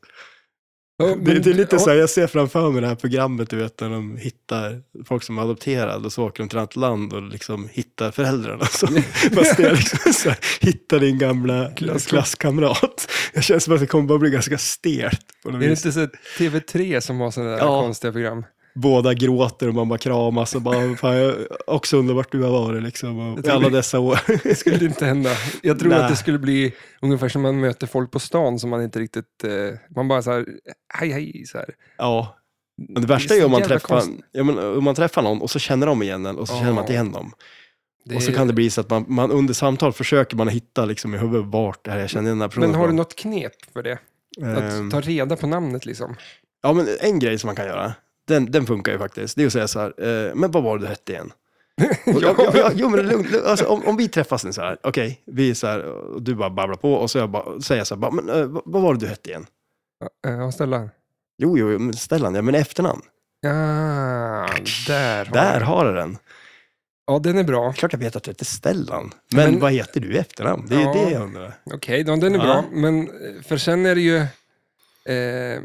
[SPEAKER 1] Ja,
[SPEAKER 2] Det,
[SPEAKER 1] men-
[SPEAKER 2] det är lite
[SPEAKER 1] ja,
[SPEAKER 2] så här, jag ser framför mig det här programmet, du vet, när de hittar folk som är adopterade och så åker de till ett annat land och liksom hittar föräldrarna. Så, fast det är liksom så här, hitta din gamla
[SPEAKER 1] Klasskom-
[SPEAKER 2] klasskamrat. Jag känner som att det kommer bara bli ganska stelt. på något
[SPEAKER 1] Är det
[SPEAKER 2] vis.
[SPEAKER 1] inte så TV3 som har sådana där
[SPEAKER 2] Ja.
[SPEAKER 1] konstiga program?
[SPEAKER 2] Båda gråter och man bara kramas och bara, fan, jag också undrar vart du har varit liksom, och, i alla dessa år.
[SPEAKER 1] Det skulle inte hända. Jag tror
[SPEAKER 2] Nej.
[SPEAKER 1] att det skulle bli ungefär som man möter folk på stan som man inte riktigt... Eh, man bara så här, hej hej, så här.
[SPEAKER 2] Ja. Men det
[SPEAKER 1] Det
[SPEAKER 2] värsta
[SPEAKER 1] är
[SPEAKER 2] är
[SPEAKER 1] så
[SPEAKER 2] om man,
[SPEAKER 1] jävla
[SPEAKER 2] träffar,
[SPEAKER 1] konst-
[SPEAKER 2] ja, men, om man träffar någon och så känner de igen en och så
[SPEAKER 1] Ja.
[SPEAKER 2] känner man inte igen dem.
[SPEAKER 1] Det
[SPEAKER 2] Och så
[SPEAKER 1] är-
[SPEAKER 2] kan det bli så att man, man under samtal försöker man hitta liksom i huvudet vart det här jag känner den här personen.
[SPEAKER 1] Men har du
[SPEAKER 2] från.
[SPEAKER 1] något knep för det?
[SPEAKER 2] Ehm,
[SPEAKER 1] Att ta reda på namnet liksom?
[SPEAKER 2] Ja, men en grej som man kan göra, den, den funkar ju faktiskt, det är att säga så här, eh, men vad var det du hette igen? Och, ja. ja, ja, jo, men det är lugnt. Alltså, om, om vi träffas nu så här, okej, vi är så här, och du bara babblar på och så jag bara, säger jag så här, bara, men, eh, vad, vad var det du hette igen?
[SPEAKER 1] Ja, eh, Ställa.
[SPEAKER 2] Jo, jo, jo, men Stellan, ja, men efternamn.
[SPEAKER 1] Ja, där har
[SPEAKER 2] Där
[SPEAKER 1] jag.
[SPEAKER 2] har du den.
[SPEAKER 1] Ja, den är bra.
[SPEAKER 2] Klart jag vet att du heter Stellan, men,
[SPEAKER 1] Men-
[SPEAKER 2] vad heter du i efternamn? Det är
[SPEAKER 1] Ja.
[SPEAKER 2] det jag undrar.
[SPEAKER 1] Okej, då, den är
[SPEAKER 2] Ja.
[SPEAKER 1] bra. Men eh, för sen är det ju... Eh,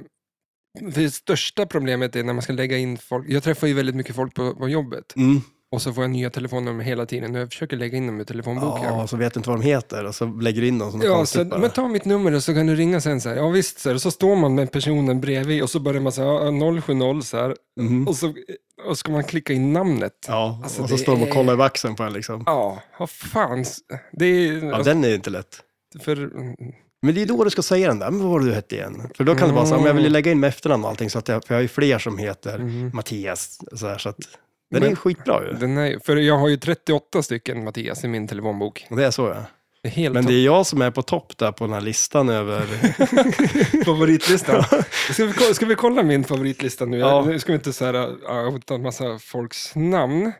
[SPEAKER 1] det största problemet är när man ska lägga in folk. Jag träffar ju väldigt mycket folk på, på jobbet.
[SPEAKER 2] Mm.
[SPEAKER 1] Och så får jag nya telefonnummer hela tiden. Och jag försöker lägga in dem i telefonboken.
[SPEAKER 2] Ja,
[SPEAKER 1] Ja,
[SPEAKER 2] och så vet du inte vad de heter och så lägger du in dem som något
[SPEAKER 1] så,
[SPEAKER 2] konstigt bara.
[SPEAKER 1] men ta typ mitt nummer och så kan du ringa sen. Så här. Ja visst, så, här. Och så står man med personen bredvid och så börjar man säga ja, 070 så här.
[SPEAKER 2] Mhm.
[SPEAKER 1] Och så och ska man klicka in namnet. Ja,
[SPEAKER 2] Ja,
[SPEAKER 1] Mm. Alltså,
[SPEAKER 2] och så
[SPEAKER 1] det
[SPEAKER 2] står de och
[SPEAKER 1] är-
[SPEAKER 2] kollar i axeln på en liksom.
[SPEAKER 1] vad fan. Det är... alltså,
[SPEAKER 2] Ja, den är inte lätt.
[SPEAKER 1] för,
[SPEAKER 2] Men det är då du ska säga den där, men vad var det du hette igen? För då kan det vara så här, men jag vill ju lägga in med efternamn och allting, så att jag, för jag har ju fler som heter
[SPEAKER 1] Mm.
[SPEAKER 2] Mattias. Så, här, så att, den är
[SPEAKER 1] Men-
[SPEAKER 2] ju skitbra ju.
[SPEAKER 1] den är, för jag har ju 38 stycken Mattias i min telefonbok.
[SPEAKER 2] Det är så ja.
[SPEAKER 1] Det är helt
[SPEAKER 2] Men det är jag som är på topp där på den här listan över...
[SPEAKER 1] Favoritlistan. Ska vi, ko- ska vi kolla min favoritlista nu?
[SPEAKER 2] Ja.
[SPEAKER 1] Ja. Nu ska vi inte så här, äh, ta en massa folks namn.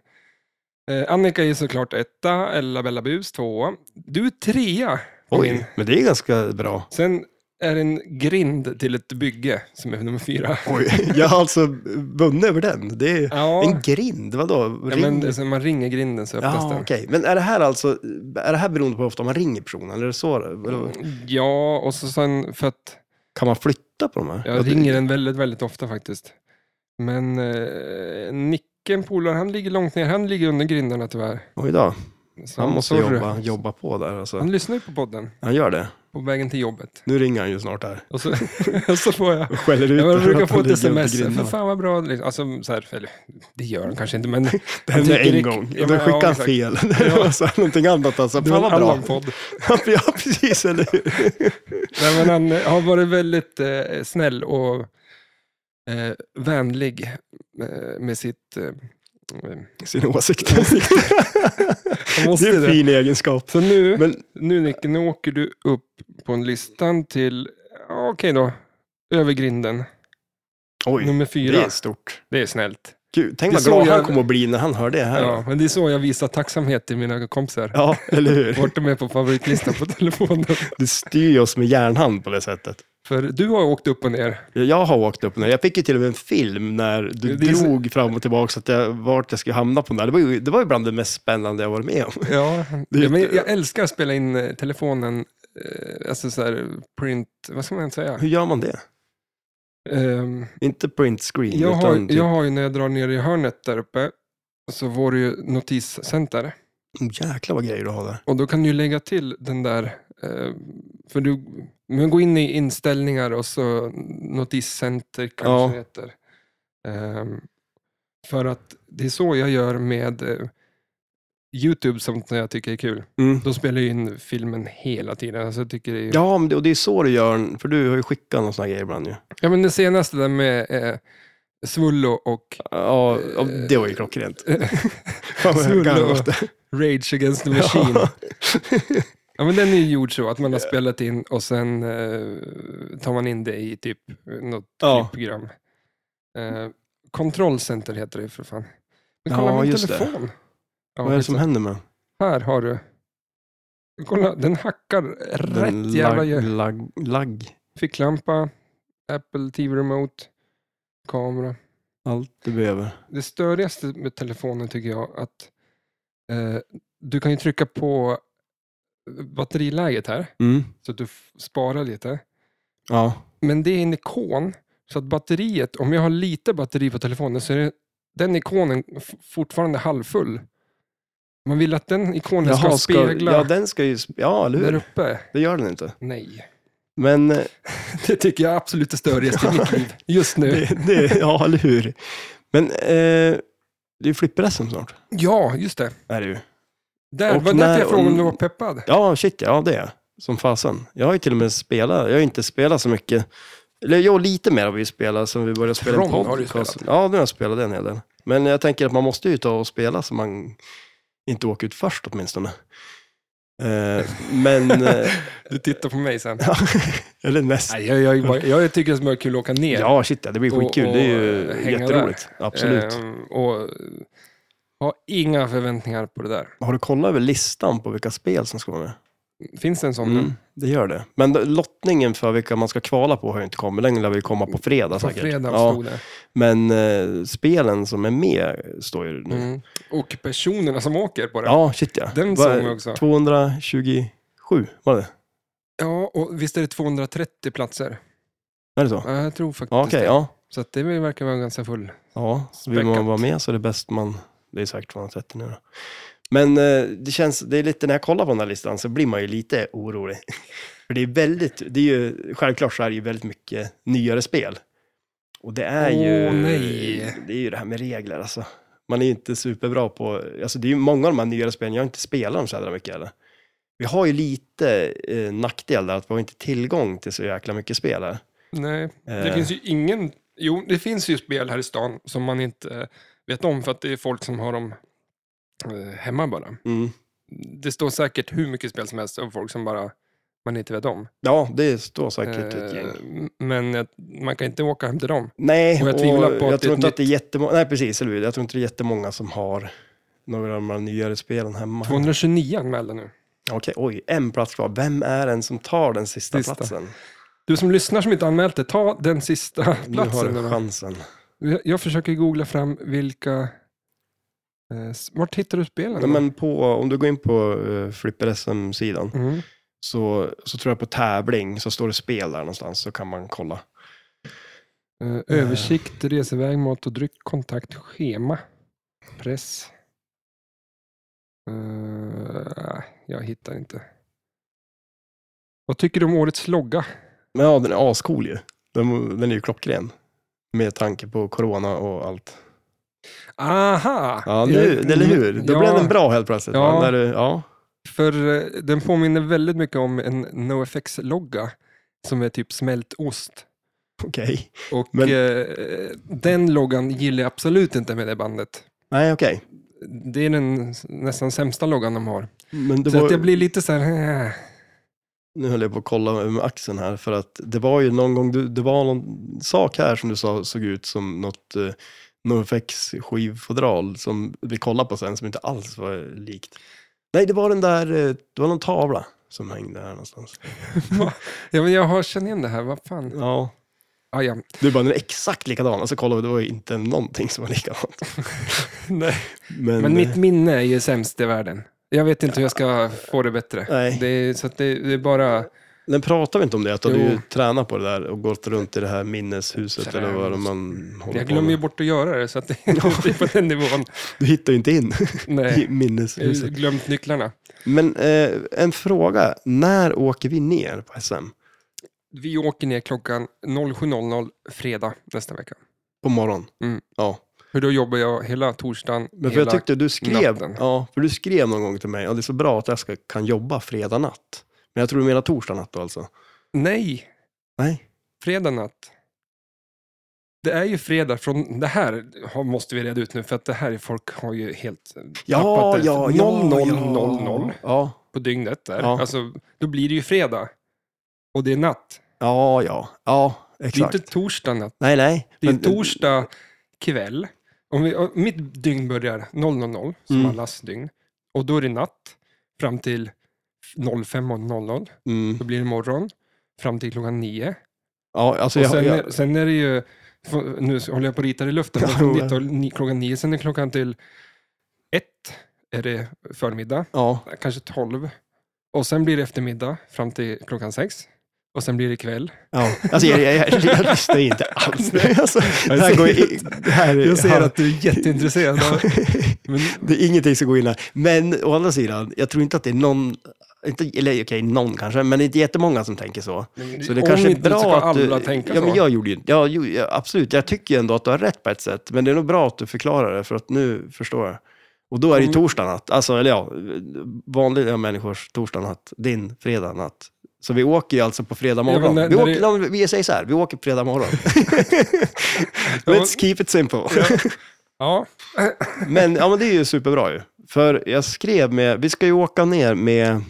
[SPEAKER 1] Eh, Annika är såklart etta, Ella Bella Bus tvåa. Du är trea. på min.
[SPEAKER 2] Oj, men det är ganska bra.
[SPEAKER 1] Sen är det en grind till ett bygge som är nummer fyra.
[SPEAKER 2] Oj, jag har alltså vunnit över den. Det är
[SPEAKER 1] Ja,
[SPEAKER 2] en grind, vadå?
[SPEAKER 1] ja men
[SPEAKER 2] Ring...
[SPEAKER 1] det är så här, man ringer grinden så öppnas
[SPEAKER 2] Ja,
[SPEAKER 1] den.
[SPEAKER 2] okej. Men är det här alltså, är det här beroende på hur ofta man ringer personen? Eller är det så? Eller
[SPEAKER 1] Ja, och så sen för att
[SPEAKER 2] Kan man flytta på de här?
[SPEAKER 1] jag
[SPEAKER 2] Ja, det-
[SPEAKER 1] ringer den väldigt, väldigt ofta faktiskt. Men eh, Nicken, polaren, han ligger långt ner. Han ligger under grindarna tyvärr.
[SPEAKER 2] Oj då,
[SPEAKER 1] Så
[SPEAKER 2] han måste
[SPEAKER 1] sorry.
[SPEAKER 2] jobba, jobba på där alltså.
[SPEAKER 1] Han lyssnar ju på podden
[SPEAKER 2] Han gör det.
[SPEAKER 1] på vägen till jobbet.
[SPEAKER 2] Nu ringer han ju snart här.
[SPEAKER 1] Och så, och så får jag...
[SPEAKER 2] Och skäller ut
[SPEAKER 1] Jag
[SPEAKER 2] den för
[SPEAKER 1] brukar
[SPEAKER 2] att
[SPEAKER 1] få
[SPEAKER 2] han
[SPEAKER 1] ett
[SPEAKER 2] ligger under
[SPEAKER 1] sms. För
[SPEAKER 2] grindarna.
[SPEAKER 1] fan vad bra. liksom. Alltså, så här, eller, det gör han kanske inte, men...
[SPEAKER 2] Det
[SPEAKER 1] han
[SPEAKER 2] hände
[SPEAKER 1] tycker
[SPEAKER 2] en
[SPEAKER 1] det-
[SPEAKER 2] gång.
[SPEAKER 1] Ja,
[SPEAKER 2] Då
[SPEAKER 1] men,
[SPEAKER 2] skickade
[SPEAKER 1] ja,
[SPEAKER 2] han
[SPEAKER 1] exakt.
[SPEAKER 2] fel. Det var så här någonting annat alltså.
[SPEAKER 1] Det var
[SPEAKER 2] Fan
[SPEAKER 1] en
[SPEAKER 2] vad bra.
[SPEAKER 1] annan podd.
[SPEAKER 2] ja, precis. Eller hur?
[SPEAKER 1] Nej, men han eh, har varit väldigt eh, snäll och eh, vänlig eh, med sitt... Eh, eh,
[SPEAKER 2] Sin åsikt. det
[SPEAKER 1] han måste
[SPEAKER 2] är en
[SPEAKER 1] det.
[SPEAKER 2] fin egenskap.
[SPEAKER 1] Så nu,
[SPEAKER 2] Men
[SPEAKER 1] nu Nick, nu åker du upp på listan till, ja, okej då, Över grinden,
[SPEAKER 2] Oj,
[SPEAKER 1] nummer
[SPEAKER 2] det
[SPEAKER 1] fyra.
[SPEAKER 2] är stort.
[SPEAKER 1] Det är snällt.
[SPEAKER 2] Gud, tänk
[SPEAKER 1] Det
[SPEAKER 2] vad
[SPEAKER 1] såg
[SPEAKER 2] glad han
[SPEAKER 1] jag-
[SPEAKER 2] kommer att bli när han hör det här.
[SPEAKER 1] Ja, men det är så jag visar tacksamhet till mina kompisar.
[SPEAKER 2] Ja, eller hur?
[SPEAKER 1] Vart de är på favoritlistan på telefonen.
[SPEAKER 2] Du styr oss med järnhand på det sättet.
[SPEAKER 1] För du har åkt upp och ner.
[SPEAKER 2] Jag har åkt upp nu. Jag fick ju till och med en film när du
[SPEAKER 1] Det är så-
[SPEAKER 2] drog fram och tillbaka så att jag, vart jag skulle hamna på den där. Det var ju det var ju bland det mest spännande jag varit med om.
[SPEAKER 1] Ja,
[SPEAKER 2] Det är
[SPEAKER 1] men
[SPEAKER 2] inte-
[SPEAKER 1] jag älskar att spela in eh, telefonen, eh, alltså så här print, vad ska man säga?
[SPEAKER 2] Hur gör man det?
[SPEAKER 1] Ehm,
[SPEAKER 2] Inte print screen,
[SPEAKER 1] jag,
[SPEAKER 2] utan
[SPEAKER 1] har,
[SPEAKER 2] typ,
[SPEAKER 1] jag har ju när jag drar ner i hörnet där uppe, så var det ju notiscenter.
[SPEAKER 2] Mm, jäklar vad grejer du har där.
[SPEAKER 1] Och då kan du ju lägga till den där, eh, för du, men gå in i inställningar och så notiscenter kanske
[SPEAKER 2] Ja.
[SPEAKER 1] det heter. Ehm, för att det är så jag gör med eh, Youtube, som jag tycker är kul.
[SPEAKER 2] Mm.
[SPEAKER 1] Då spelar jag in filmen hela tiden. Alltså jag tycker det är... ja.
[SPEAKER 2] Ja, men det, och det är så du gör, för du har ju skickat någon sån här grej ibland ju.
[SPEAKER 1] men det senaste där med eh, Svullo och
[SPEAKER 2] Ja, ja, det var ju klockrent.
[SPEAKER 1] eh,
[SPEAKER 2] Fan vad
[SPEAKER 1] Svullo.
[SPEAKER 2] jag garvade åt det.
[SPEAKER 1] Rage Against the Machine. Ja.
[SPEAKER 2] Ja.
[SPEAKER 1] men den är ju gjord så att man har spelat in och sen eh, tar man in det i typ något
[SPEAKER 2] Ja.
[SPEAKER 1] program. Eh, Kontrollcenter heter det ju för fan. Men kolla
[SPEAKER 2] Ja,
[SPEAKER 1] min
[SPEAKER 2] just det.
[SPEAKER 1] telefon. Ja,
[SPEAKER 2] Vad är det som
[SPEAKER 1] liksom,
[SPEAKER 2] händer med
[SPEAKER 1] här har du. Kolla, den hackar
[SPEAKER 2] den?
[SPEAKER 1] rätt jävla...
[SPEAKER 2] lag,
[SPEAKER 1] gö-
[SPEAKER 2] lag, lag.
[SPEAKER 1] Ficklampa, Apple TV Remote, kamera.
[SPEAKER 2] Allt du behöver.
[SPEAKER 1] det störigaste med telefonen tycker jag att eh, du kan ju trycka på batteriläget här
[SPEAKER 2] Mm.
[SPEAKER 1] så att du f- sparar lite.
[SPEAKER 2] Ja.
[SPEAKER 1] Men det är en ikon så att batteriet, om jag har lite batteri på telefonen så är det, den ikonen f- fortfarande halvfull. Man vill att den ikonen ska
[SPEAKER 2] Jaha,
[SPEAKER 1] spegla
[SPEAKER 2] Ja, den ska ju... sp- Ja, eller
[SPEAKER 1] där
[SPEAKER 2] hur?
[SPEAKER 1] uppe.
[SPEAKER 2] Det gör den inte.
[SPEAKER 1] Nej,
[SPEAKER 2] Men... eh,
[SPEAKER 1] det tycker jag är absolut det störigaste i mitt liv just nu.
[SPEAKER 2] Det, det, ja, eller hur? Men eh, det är ju flipper-SM snart.
[SPEAKER 1] Ja, just det.
[SPEAKER 2] Är det ju.
[SPEAKER 1] Där,
[SPEAKER 2] Och
[SPEAKER 1] var därför
[SPEAKER 2] när-
[SPEAKER 1] jag frågade om
[SPEAKER 2] och-
[SPEAKER 1] du var peppad.
[SPEAKER 2] Ja, shit, ja det är jag. Som fasen. Jag har ju till och med spelat. Jag har ju inte spelat så mycket. Eller jo, lite mer har vi spelat sen vi började spela
[SPEAKER 1] Tron har du ju
[SPEAKER 2] Ja, nu har jag spelat den hel del. Men jag tänker att man måste ju ta och spela så man inte åker ut först åtminstone. Eh, men... Eh,
[SPEAKER 1] Du tittar på mig sen.
[SPEAKER 2] eller näst.
[SPEAKER 1] Nej, jag, jag, jag, jag tycker det är bara kul att åka ner.
[SPEAKER 2] Ja, shit ja, det blir
[SPEAKER 1] Och-
[SPEAKER 2] skitkul. det är
[SPEAKER 1] och
[SPEAKER 2] ju
[SPEAKER 1] hänga
[SPEAKER 2] jätteroligt. Absolut.
[SPEAKER 1] Ehm, och eh, ha inga förväntningar på det där.
[SPEAKER 2] Har du kollat över listan på vilka spel som ska vara med?
[SPEAKER 1] Finns det en sån?
[SPEAKER 2] Mm, det gör det. Men då- lottningen för vilka man ska kvala på har ju inte kommit. Den lär vi komma på fredag
[SPEAKER 1] På
[SPEAKER 2] säkert.
[SPEAKER 1] fredag
[SPEAKER 2] ja,
[SPEAKER 1] stod det.
[SPEAKER 2] men eh, spelen som är med står ju nu.
[SPEAKER 1] Mm. Och personerna som åker på det.
[SPEAKER 2] Ja, shit ja.
[SPEAKER 1] Den
[SPEAKER 2] Vad-
[SPEAKER 1] såg jag också.
[SPEAKER 2] 227 var det?
[SPEAKER 1] Ja, och visst är det 230 platser?
[SPEAKER 2] Är det så?
[SPEAKER 1] Ja, jag tror faktiskt
[SPEAKER 2] Ja, Okej,
[SPEAKER 1] det.
[SPEAKER 2] ja.
[SPEAKER 1] Så att det verkar vara ganska full.
[SPEAKER 2] ja. Så vill man
[SPEAKER 1] Späckat.
[SPEAKER 2] vara med så är det bäst man... Det är säkert 230 nu då. Men eh, det känns, det är lite, när jag kollar på den här listan så blir man ju lite orolig. För det är väldigt, det är ju, självklart så är det ju väldigt mycket nyare spel. Och det är
[SPEAKER 1] Åh,
[SPEAKER 2] ju,
[SPEAKER 1] nej.
[SPEAKER 2] det är ju det här med regler alltså. Man är ju inte superbra på, alltså det är ju många av de här nyare spelen, jag har inte spelat dem så jävla mycket heller. Vi har ju lite eh, nackdel där, att vi har inte tillgång till så jäkla mycket spel här.
[SPEAKER 1] Nej, det
[SPEAKER 2] Eh.
[SPEAKER 1] finns ju ingen... Jo, det finns ju spel här i stan som man inte eh, vet om för att det är folk som har dem eh, hemma bara.
[SPEAKER 2] Mm.
[SPEAKER 1] Det står säkert hur mycket spel som helst om folk som bara man inte vet om.
[SPEAKER 2] Ja, det står säkert ett gäng.
[SPEAKER 1] Eh, Men att man kan inte åka hem till dem. Och
[SPEAKER 2] Nej, och
[SPEAKER 1] jag
[SPEAKER 2] jag,
[SPEAKER 1] tvivlar på att det är
[SPEAKER 2] tror
[SPEAKER 1] ett
[SPEAKER 2] inte att det är jättemånga, nej precis, eller hur? jag tror inte det är jättemånga som har några av de här nyare spelen hemma.
[SPEAKER 1] 229 anmälda nu.
[SPEAKER 2] Okej, oj, en plats kvar. Vem är den som tar den sista,
[SPEAKER 1] Sista.
[SPEAKER 2] platsen?
[SPEAKER 1] Du som lyssnar som inte anmält dig, ta den sista platsen.
[SPEAKER 2] nu har du
[SPEAKER 1] nu.
[SPEAKER 2] chansen.
[SPEAKER 1] Jag- Jag försöker googla fram vilka... eh, s- Vart hittar du spelen?
[SPEAKER 2] Nej, men på, om du går in på uh, Flipper SM-sidan
[SPEAKER 1] Mm.
[SPEAKER 2] så, så tror jag på tävling så står det spel där någonstans så kan man kolla.
[SPEAKER 1] Eh, Översikt, reseväg, mat och dryck, kontakt, schema, press. Eh, jag hittar inte. Vad tycker du om årets logga?
[SPEAKER 2] Men ja, den är ascool ju. Den, den är ju klockren. Med tanke på corona och allt.
[SPEAKER 1] Aha!
[SPEAKER 2] Ja, nu,
[SPEAKER 1] Eh,
[SPEAKER 2] eller hur? Då
[SPEAKER 1] ja.
[SPEAKER 2] blev den bra helt plötsligt.
[SPEAKER 1] Ja.
[SPEAKER 2] Ja. När du, ja.
[SPEAKER 1] För eh, den påminner väldigt mycket om en NoFX-logga som är typ smält ost.
[SPEAKER 2] Okej.
[SPEAKER 1] Och
[SPEAKER 2] Men-
[SPEAKER 1] eh, den loggan gillar jag absolut inte med det bandet.
[SPEAKER 2] Nej, okej.
[SPEAKER 1] Det är den s- nästan sämsta loggan de har.
[SPEAKER 2] Men det
[SPEAKER 1] så
[SPEAKER 2] var...
[SPEAKER 1] att jag blir lite så här... eh.
[SPEAKER 2] nu höll jag på att kolla med axeln här, för att det var ju någon gång, du, det var någon sak här som du sa såg ut som något eh, Norfex skivfodral som vi kollade på sen som inte alls var likt. Nej, det var den där, eh, det var någon tavla som hängde här någonstans.
[SPEAKER 1] Ja, men jag har känt igen det här, vad fan.
[SPEAKER 2] Ja,
[SPEAKER 1] Ah, ja.
[SPEAKER 2] du bara, den är exakt likadan. Och så kollade vi, det var ju inte någonting som var likadant.
[SPEAKER 1] Nej.
[SPEAKER 2] Men,
[SPEAKER 1] Men mitt
[SPEAKER 2] eh,
[SPEAKER 1] minne är ju sämst i världen. Jag vet inte hur jag ska få det bättre.
[SPEAKER 2] Nej.
[SPEAKER 1] Det är, så att det, det är bara...
[SPEAKER 2] den pratar vi inte om det, att du
[SPEAKER 1] Jo.
[SPEAKER 2] ju tränat på det där och gått runt i det här minneshuset eller vad
[SPEAKER 1] Tränat.
[SPEAKER 2] man håller
[SPEAKER 1] Jag
[SPEAKER 2] på
[SPEAKER 1] glömmer ju
[SPEAKER 2] med.
[SPEAKER 1] bort att göra det, så att det är typ på den nivån.
[SPEAKER 2] Du hittar ju inte in i
[SPEAKER 1] Nej, jag har
[SPEAKER 2] minneshuset.
[SPEAKER 1] ju glömt nycklarna.
[SPEAKER 2] Men eh, en fråga, när åker vi ner på SM?
[SPEAKER 1] Vi åker ner klockan 07.00 fredag nästa vecka.
[SPEAKER 2] På morgon?
[SPEAKER 1] Mm.
[SPEAKER 2] Ja.
[SPEAKER 1] För då jobbar jag hela torsdagen,
[SPEAKER 2] Men för
[SPEAKER 1] hela...
[SPEAKER 2] jag tyckte du skrev,
[SPEAKER 1] natten.
[SPEAKER 2] ja, för du skrev någon gång till mig, ja, det är så bra att jag ska, kan jobba fredag natt. Men jag tror du menar torsdag natt då alltså?
[SPEAKER 1] Nej,
[SPEAKER 2] Nej.
[SPEAKER 1] fredag natt. Det är ju fredag från... Det här har- måste vi reda ut nu, för att det här är folk har ju helt eh,
[SPEAKER 2] Ja,
[SPEAKER 1] tappat det.
[SPEAKER 2] ja, ja.
[SPEAKER 1] 00.00.
[SPEAKER 2] Ja,
[SPEAKER 1] på dygnet där.
[SPEAKER 2] Ja.
[SPEAKER 1] Alltså, då blir det ju fredag. Och det är natt.
[SPEAKER 2] ja, ja, ja,
[SPEAKER 1] Det är
[SPEAKER 2] exakt.
[SPEAKER 1] inte torsdag natt.
[SPEAKER 2] Nej, nej.
[SPEAKER 1] Det är
[SPEAKER 2] Men- eh,
[SPEAKER 1] torsdag kväll. Om vi, och mitt dygn börjar 00.00, som
[SPEAKER 2] Mm.
[SPEAKER 1] allas dygn. Och då är det natt fram till 05.00.
[SPEAKER 2] Mm,
[SPEAKER 1] Då blir det morgon fram till klockan 9.
[SPEAKER 2] ja, alltså
[SPEAKER 1] Och
[SPEAKER 2] jag,
[SPEAKER 1] sen,
[SPEAKER 2] jag,
[SPEAKER 1] är, sen är det ju, f- nu så håller jag på att rita det i luften, men
[SPEAKER 2] Ja,
[SPEAKER 1] från
[SPEAKER 2] men-
[SPEAKER 1] 19, ni- klockan 9, sen är klockan till 1 är det förmiddag,
[SPEAKER 2] ja,
[SPEAKER 1] kanske 12. Och sen blir det eftermiddag fram till klockan 6. Och sen blir det kväll.
[SPEAKER 2] ja. Alltså jag, jag, jag, jag lyssnar ju inte alls. Alltså, det här
[SPEAKER 1] ser
[SPEAKER 2] går, i- det här, är-
[SPEAKER 1] du är jätteintresserad. av- Men,
[SPEAKER 2] Det är ingenting som går in här. Men å andra sidan, jag tror inte att det är någon, inte, eller okej, någon kanske, men det är inte jättemånga som tänker så. Så det
[SPEAKER 1] om
[SPEAKER 2] kanske är
[SPEAKER 1] inte
[SPEAKER 2] bra
[SPEAKER 1] ska
[SPEAKER 2] att du...
[SPEAKER 1] alla tänka
[SPEAKER 2] ja, men
[SPEAKER 1] så.
[SPEAKER 2] jag gjorde ju ja, jo, ja, absolut. Jag tycker ju ändå att du har rätt på ett sätt, men det är nog bra att du förklarar det, för att nu förstår jag. Och då är det ju
[SPEAKER 1] Mm.
[SPEAKER 2] torsdag natt, alltså, eller ja, vanliga människors torsdag natt, din fredag natt. Så vi åker ju alltså på fredag morgon.
[SPEAKER 1] men när-
[SPEAKER 2] vi,
[SPEAKER 1] när
[SPEAKER 2] åker,
[SPEAKER 1] det-
[SPEAKER 2] ja, men vi säger så här, vi åker på fredag morgon. Let's keep it simple.
[SPEAKER 1] Ja,
[SPEAKER 2] Men, ja, men det är ju superbra ju. För jag skrev med, vi ska ju åka ner med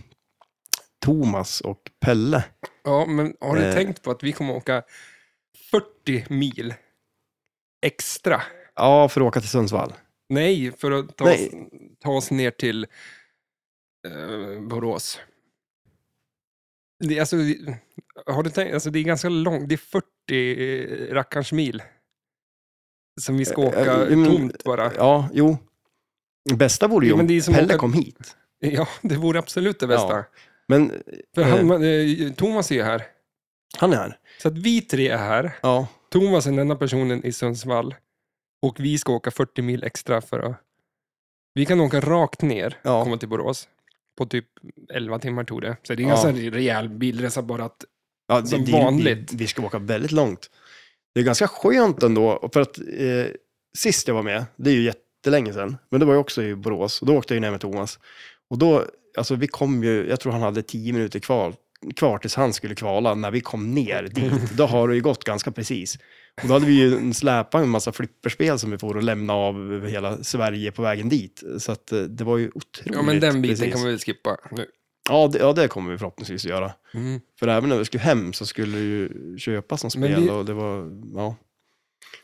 [SPEAKER 2] Thomas och Pelle.
[SPEAKER 1] ja, men har du
[SPEAKER 2] Eh.
[SPEAKER 1] tänkt på att vi kommer åka 40 mil extra?
[SPEAKER 2] Ja, för att åka till Sundsvall.
[SPEAKER 1] Nej, för att ta,
[SPEAKER 2] Nej.
[SPEAKER 1] Oss, ta oss ner till eh, Borås. Det, är alltså, vi- har du tänkt, alltså, det är ganska långt, det är 40 eh, rackarns mil. Som vi ska
[SPEAKER 2] Eh,
[SPEAKER 1] åka
[SPEAKER 2] eh, men-
[SPEAKER 1] tomt bara.
[SPEAKER 2] Ja, jo. Det bästa vore ju
[SPEAKER 1] Ja, men
[SPEAKER 2] om
[SPEAKER 1] det är som
[SPEAKER 2] Pelle
[SPEAKER 1] åka-
[SPEAKER 2] kom hit.
[SPEAKER 1] Ja, det vore absolut det bästa.
[SPEAKER 2] Ja. Men
[SPEAKER 1] För
[SPEAKER 2] Eh.
[SPEAKER 1] han, eh, Thomas är ju här.
[SPEAKER 2] han är här.
[SPEAKER 1] Så att vi tre är här.
[SPEAKER 2] Ja.
[SPEAKER 1] Thomas är den enda personen i Sundsvall. Och vi ska åka 40 mil extra för att... Vi kan åka rakt ner
[SPEAKER 2] Ja.
[SPEAKER 1] och komma till Borås. På typ 11 timmar tog det. Så det är
[SPEAKER 2] Ja.
[SPEAKER 1] en ganska rejäl bilresa bara att...
[SPEAKER 2] ja det-
[SPEAKER 1] Som
[SPEAKER 2] det,
[SPEAKER 1] vanligt.
[SPEAKER 2] Vi, vi ska åka väldigt långt. Det är ganska skönt ändå, för att eh, sist jag var med, det är ju jättelänge sedan, men det var ju också i Borås, och då åkte jag ju ner med Thomas. Och då, alltså vi kom ju, jag tror han hade tio minuter kvar, kvar tills han skulle kvala, när vi kom ner dit. Då har det ju gått ganska precis. Och då hade vi ju en släpa med en massa flipperspel som vi får och lämna av över hela Sverige på vägen dit. Så att eh, det var ju otroligt
[SPEAKER 1] Ja, men den biten
[SPEAKER 2] precis.
[SPEAKER 1] kan vi väl skippa nu.
[SPEAKER 2] Ja, det, ja, det kommer vi förhoppningsvis att göra.
[SPEAKER 1] Mm.
[SPEAKER 2] För även när vi skulle hem så skulle det ju köpas som
[SPEAKER 1] Men
[SPEAKER 2] spel
[SPEAKER 1] vi-
[SPEAKER 2] och det var, ja.